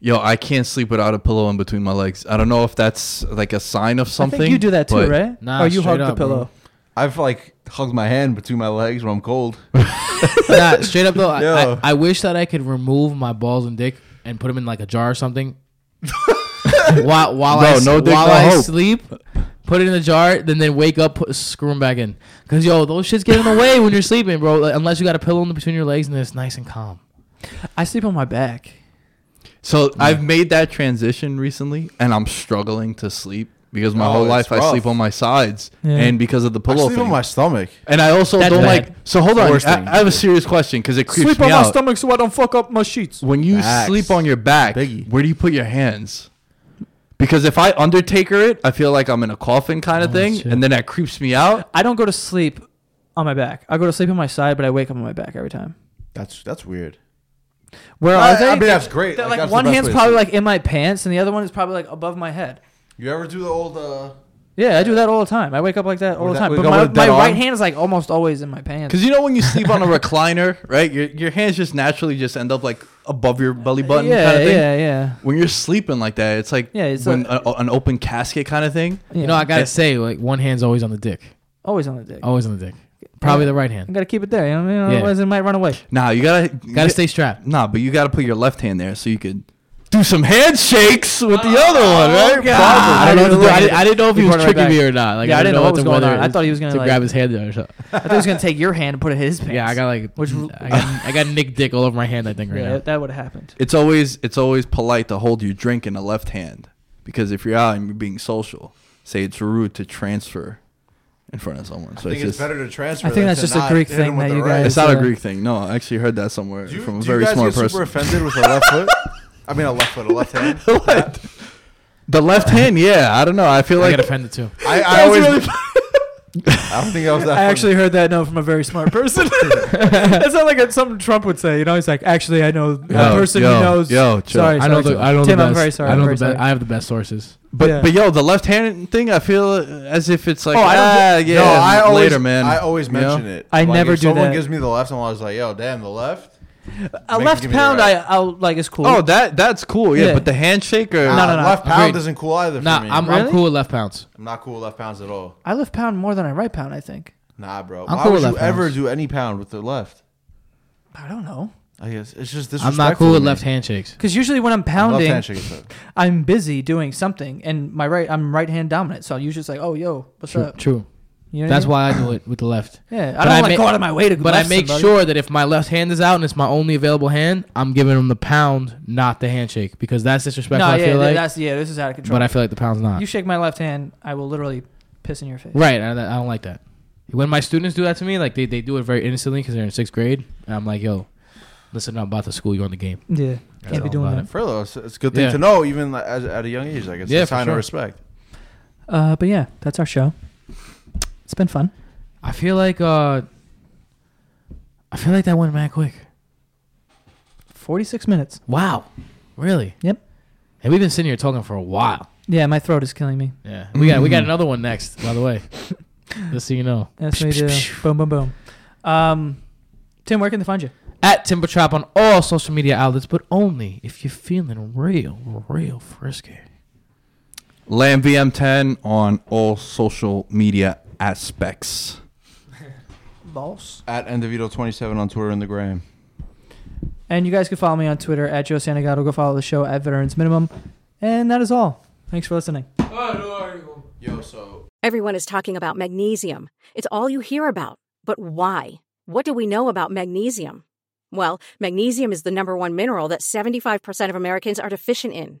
Speaker 5: yo, I can't sleep without a pillow in between my legs. I don't know if that's like a sign of something.
Speaker 1: I think you do that too,
Speaker 5: but-
Speaker 1: right?
Speaker 2: Nah,
Speaker 1: or you hug
Speaker 2: straight
Speaker 1: the
Speaker 2: up, bro.
Speaker 1: pillow.
Speaker 4: I've like hugged my hand between my legs when I'm cold.
Speaker 2: nah, straight up though, I,
Speaker 4: Yo.
Speaker 2: I, I wish that I could remove my balls and dick and put them in like a jar or something. while while I
Speaker 5: No,
Speaker 2: s-
Speaker 5: no dick,
Speaker 2: while
Speaker 5: no
Speaker 2: I
Speaker 5: hope.
Speaker 2: sleep, put it in the jar, then then wake up, put, screw them back in. Cause yo, those shits get in the way when you're sleeping, bro. Like, unless you got a pillow in between your legs and it's nice and calm.
Speaker 1: I sleep on my back.
Speaker 5: So I've made that transition recently, and I'm struggling to sleep. because my
Speaker 4: Oh,
Speaker 5: whole
Speaker 4: it's
Speaker 5: life I
Speaker 4: rough.
Speaker 5: sleep on my sides
Speaker 1: Yeah.
Speaker 5: and because of the
Speaker 4: I
Speaker 5: pillow
Speaker 4: sleep
Speaker 5: thing.
Speaker 4: on my stomach.
Speaker 5: and I also
Speaker 2: That's
Speaker 5: don't
Speaker 2: bad.
Speaker 5: like. So hold on,
Speaker 4: Worst
Speaker 5: I,
Speaker 4: thing.
Speaker 5: I have a serious question because it creeps
Speaker 1: Sleep
Speaker 5: me
Speaker 1: on
Speaker 5: out.
Speaker 1: my stomach so I don't fuck up my sheets.
Speaker 5: When you
Speaker 4: Facts.
Speaker 5: sleep on your back,
Speaker 4: Biggie.
Speaker 5: where do you put your hands? Because if I Undertaker it, I feel like I'm in a coffin kind
Speaker 1: Oh,
Speaker 5: of thing,
Speaker 2: shit.
Speaker 5: and then that creeps me out.
Speaker 1: I don't go to sleep on my back. I go to sleep on my side, but I wake up on my back every time.
Speaker 4: That's that's weird.
Speaker 1: Where
Speaker 4: I-
Speaker 1: are they?
Speaker 4: I mean, that's great.
Speaker 1: They're
Speaker 4: Like,
Speaker 1: Like,
Speaker 4: that's the
Speaker 1: one
Speaker 4: best
Speaker 1: hand's
Speaker 4: way to
Speaker 1: probably
Speaker 4: sleep.
Speaker 1: like in my pants, and the other one is probably like above my head.
Speaker 4: You ever do the old? uh
Speaker 1: Yeah, I do that all the time. I wake up like that all
Speaker 4: With
Speaker 1: the
Speaker 4: that-
Speaker 1: time.
Speaker 4: we
Speaker 1: But
Speaker 4: go
Speaker 1: my,
Speaker 4: with a
Speaker 1: my
Speaker 4: dead
Speaker 1: right
Speaker 4: arm?
Speaker 1: hand is like almost always in my pants.
Speaker 5: Because you know when you sleep on a recliner, right? Your your hands just naturally just end up like above your belly button.
Speaker 1: yeah,
Speaker 5: kind of thing.
Speaker 1: yeah, yeah,
Speaker 5: When you're sleeping like that, it's like
Speaker 1: Yeah, it's
Speaker 5: when
Speaker 1: a-
Speaker 5: a- an open casket kind of thing.
Speaker 1: yeah.
Speaker 2: You know, I gotta say, like one hand's always on the dick,
Speaker 1: always on the dick.
Speaker 4: Oh.
Speaker 2: always on the dick. Probably the right
Speaker 1: I
Speaker 2: hand.
Speaker 1: gotta keep it there. You know what I mean?
Speaker 2: Yeah.
Speaker 1: Otherwise, it might run away.
Speaker 5: Nah, you gotta
Speaker 2: Gotta stay strapped.
Speaker 5: Nah, but you gotta put your left hand there so you could do some handshakes with the other one, right?
Speaker 2: I
Speaker 1: Oh, I
Speaker 2: don't
Speaker 1: didn't
Speaker 2: know what to do.
Speaker 1: know-
Speaker 2: I, did, I didn't know if he
Speaker 1: He
Speaker 2: was
Speaker 1: brought it right
Speaker 2: tricking me
Speaker 1: back.
Speaker 2: or not. Like
Speaker 1: Yeah,
Speaker 2: I didn't know, what
Speaker 1: was
Speaker 2: the
Speaker 1: going
Speaker 2: weather
Speaker 1: on. I
Speaker 2: is
Speaker 1: thought he was gonna,
Speaker 2: to
Speaker 1: like-
Speaker 2: grab his hand or something.
Speaker 1: I thought he was gonna take your hand and put it in his pants.
Speaker 2: Yeah, I got like
Speaker 1: Which-
Speaker 2: I got, I got Nick Dick all over my hand. I think right
Speaker 1: Yeah,
Speaker 2: now.
Speaker 1: that would have happened.
Speaker 5: It's always it's always polite to hold your drink in the left hand because if you're out and you're being social, say it's rude to transfer in front of someone. So
Speaker 4: I think
Speaker 5: it's,
Speaker 4: it's,
Speaker 5: just,
Speaker 4: better to transfer.
Speaker 1: I think
Speaker 4: than
Speaker 1: that's
Speaker 4: to
Speaker 1: just a
Speaker 4: not
Speaker 1: Greek
Speaker 4: hit 'em
Speaker 1: thing
Speaker 4: with
Speaker 1: that
Speaker 4: the
Speaker 1: you
Speaker 4: right.
Speaker 1: guys-
Speaker 5: It's not a
Speaker 1: uh,
Speaker 5: Greek thing. No, I actually heard that somewhere
Speaker 4: Do you,
Speaker 5: from a
Speaker 4: do
Speaker 5: very
Speaker 4: you guys
Speaker 5: smart
Speaker 4: get super
Speaker 5: person.
Speaker 4: offended with a left foot? I mean, a left foot, a left hand.
Speaker 5: What? The left hand, yeah. I don't know. I feel
Speaker 2: I
Speaker 5: like
Speaker 2: got offended too.
Speaker 4: I, I
Speaker 5: That's
Speaker 4: always.
Speaker 5: really
Speaker 4: I don't think I was that.
Speaker 1: I
Speaker 4: funny.
Speaker 1: actually heard that note from a very smart person. That's not like something Trump would say. You know, he's like, actually, I know the
Speaker 5: Yo,
Speaker 1: person
Speaker 5: yo,
Speaker 1: who knows.
Speaker 5: yo, chill.
Speaker 1: sorry,
Speaker 2: I know
Speaker 1: sorry,
Speaker 2: the I know
Speaker 1: Tim,
Speaker 2: the
Speaker 1: I'm
Speaker 2: best-
Speaker 1: very sorry.
Speaker 2: I
Speaker 1: I'm
Speaker 2: know
Speaker 1: very
Speaker 2: the
Speaker 1: sorry.
Speaker 2: best. I have the best sources.
Speaker 5: But
Speaker 1: Yeah.
Speaker 5: but yo, the left hand thing, I feel as if it's like
Speaker 1: Oh, I don't
Speaker 5: ah,
Speaker 4: No,
Speaker 5: yeah,
Speaker 4: I always,
Speaker 5: later, man.
Speaker 4: I always
Speaker 5: You know?
Speaker 4: mention it.
Speaker 1: I never
Speaker 4: if
Speaker 1: do
Speaker 4: someone
Speaker 1: that.
Speaker 4: gives me the left, I'm always like, "Yo, damn, the left."
Speaker 1: a
Speaker 4: Make-
Speaker 1: left
Speaker 4: give me the
Speaker 1: pound,
Speaker 4: right.
Speaker 1: I, I'll like is cool.
Speaker 5: Oh, that that's cool. Yeah,
Speaker 1: Yeah.
Speaker 5: but the handshake or
Speaker 4: No,
Speaker 1: no, no.
Speaker 4: Left pound
Speaker 2: Agreed.
Speaker 4: isn't cool either.
Speaker 2: Nah,
Speaker 4: for me.
Speaker 2: I'm, I'm
Speaker 1: Really?
Speaker 2: cool with left pounds.
Speaker 4: I'm not cool with left pounds at all.
Speaker 1: I left pound more than I right pound. I think.
Speaker 4: Nah, bro.
Speaker 2: I'm
Speaker 4: Why
Speaker 2: cool
Speaker 4: would
Speaker 2: with
Speaker 4: you
Speaker 2: left
Speaker 4: ever
Speaker 2: pounds.
Speaker 4: do any pound with the left?
Speaker 1: I don't know.
Speaker 4: I guess it's just this.
Speaker 2: I'm not cool with left handshakes.
Speaker 1: Because usually when I'm
Speaker 4: Left
Speaker 1: pounding,
Speaker 4: handshake is better.
Speaker 1: I'm busy doing something, and my right, I'm right hand dominant, so I'm usually just like, oh, yo, what's
Speaker 2: True,
Speaker 1: up?
Speaker 2: true.
Speaker 1: You know what I
Speaker 2: That's
Speaker 1: mean?
Speaker 2: why I do it with the left.
Speaker 1: Yeah, I
Speaker 2: But
Speaker 1: don't
Speaker 2: I
Speaker 1: like
Speaker 2: ma-
Speaker 1: go out of my way to.
Speaker 2: But I
Speaker 1: left
Speaker 2: make
Speaker 1: somebody.
Speaker 2: sure that if my left hand is out and it's my only available hand, I'm giving them the pound, not the handshake, because that's disrespectful.
Speaker 1: No,
Speaker 2: I
Speaker 1: yeah,
Speaker 2: feel
Speaker 1: th-
Speaker 2: like,
Speaker 1: that's yeah. This is out of control.
Speaker 2: but I feel like the pound's not
Speaker 1: you shake my left hand, I will literally piss in your face.
Speaker 2: right. I, I don't like that. When my students do that to me, like they, they do it very innocently because they're in sixth grade, and I'm like, yo, listen, I'm about to school you on the game.
Speaker 1: Yeah, can't be
Speaker 2: all
Speaker 1: doing
Speaker 2: about
Speaker 1: that.
Speaker 4: For real, it's, it's a good thing
Speaker 2: Yeah.
Speaker 4: to know, even like, as, at a young age. Like it's
Speaker 2: Yeah,
Speaker 4: a
Speaker 2: for
Speaker 4: sign
Speaker 2: sure.
Speaker 4: of respect.
Speaker 1: Uh, but yeah, that's our show. It's been fun.
Speaker 2: I feel like uh, I feel like that went mad quick.
Speaker 1: Forty-six minutes.
Speaker 2: Wow, really?
Speaker 1: Yep.
Speaker 2: And we've been sitting here talking for a while.
Speaker 1: Yeah, my throat is killing me.
Speaker 2: Yeah, we got
Speaker 1: Mm-hmm.
Speaker 2: we got another one next, by the way. Just so you know,
Speaker 1: That's what we do. boom, boom, boom. Um, Tim, where can they find you?
Speaker 2: at Timber Trap on all social media outlets, but only if you're feeling real, real frisky.
Speaker 5: Lamb VM10 on all social media aspects.
Speaker 1: Boss.
Speaker 4: At Endevito27 on Twitter and the gram.
Speaker 1: And you guys can follow me on Twitter at Joe Santagato. Go follow the show at Veterans Minimum. And that is all. Thanks for listening.
Speaker 4: Yo, so
Speaker 7: Everyone is talking about magnesium. It's all you hear about. But why? What do we know about magnesium? Well, magnesium is the number one mineral that 75% of Americans are deficient in.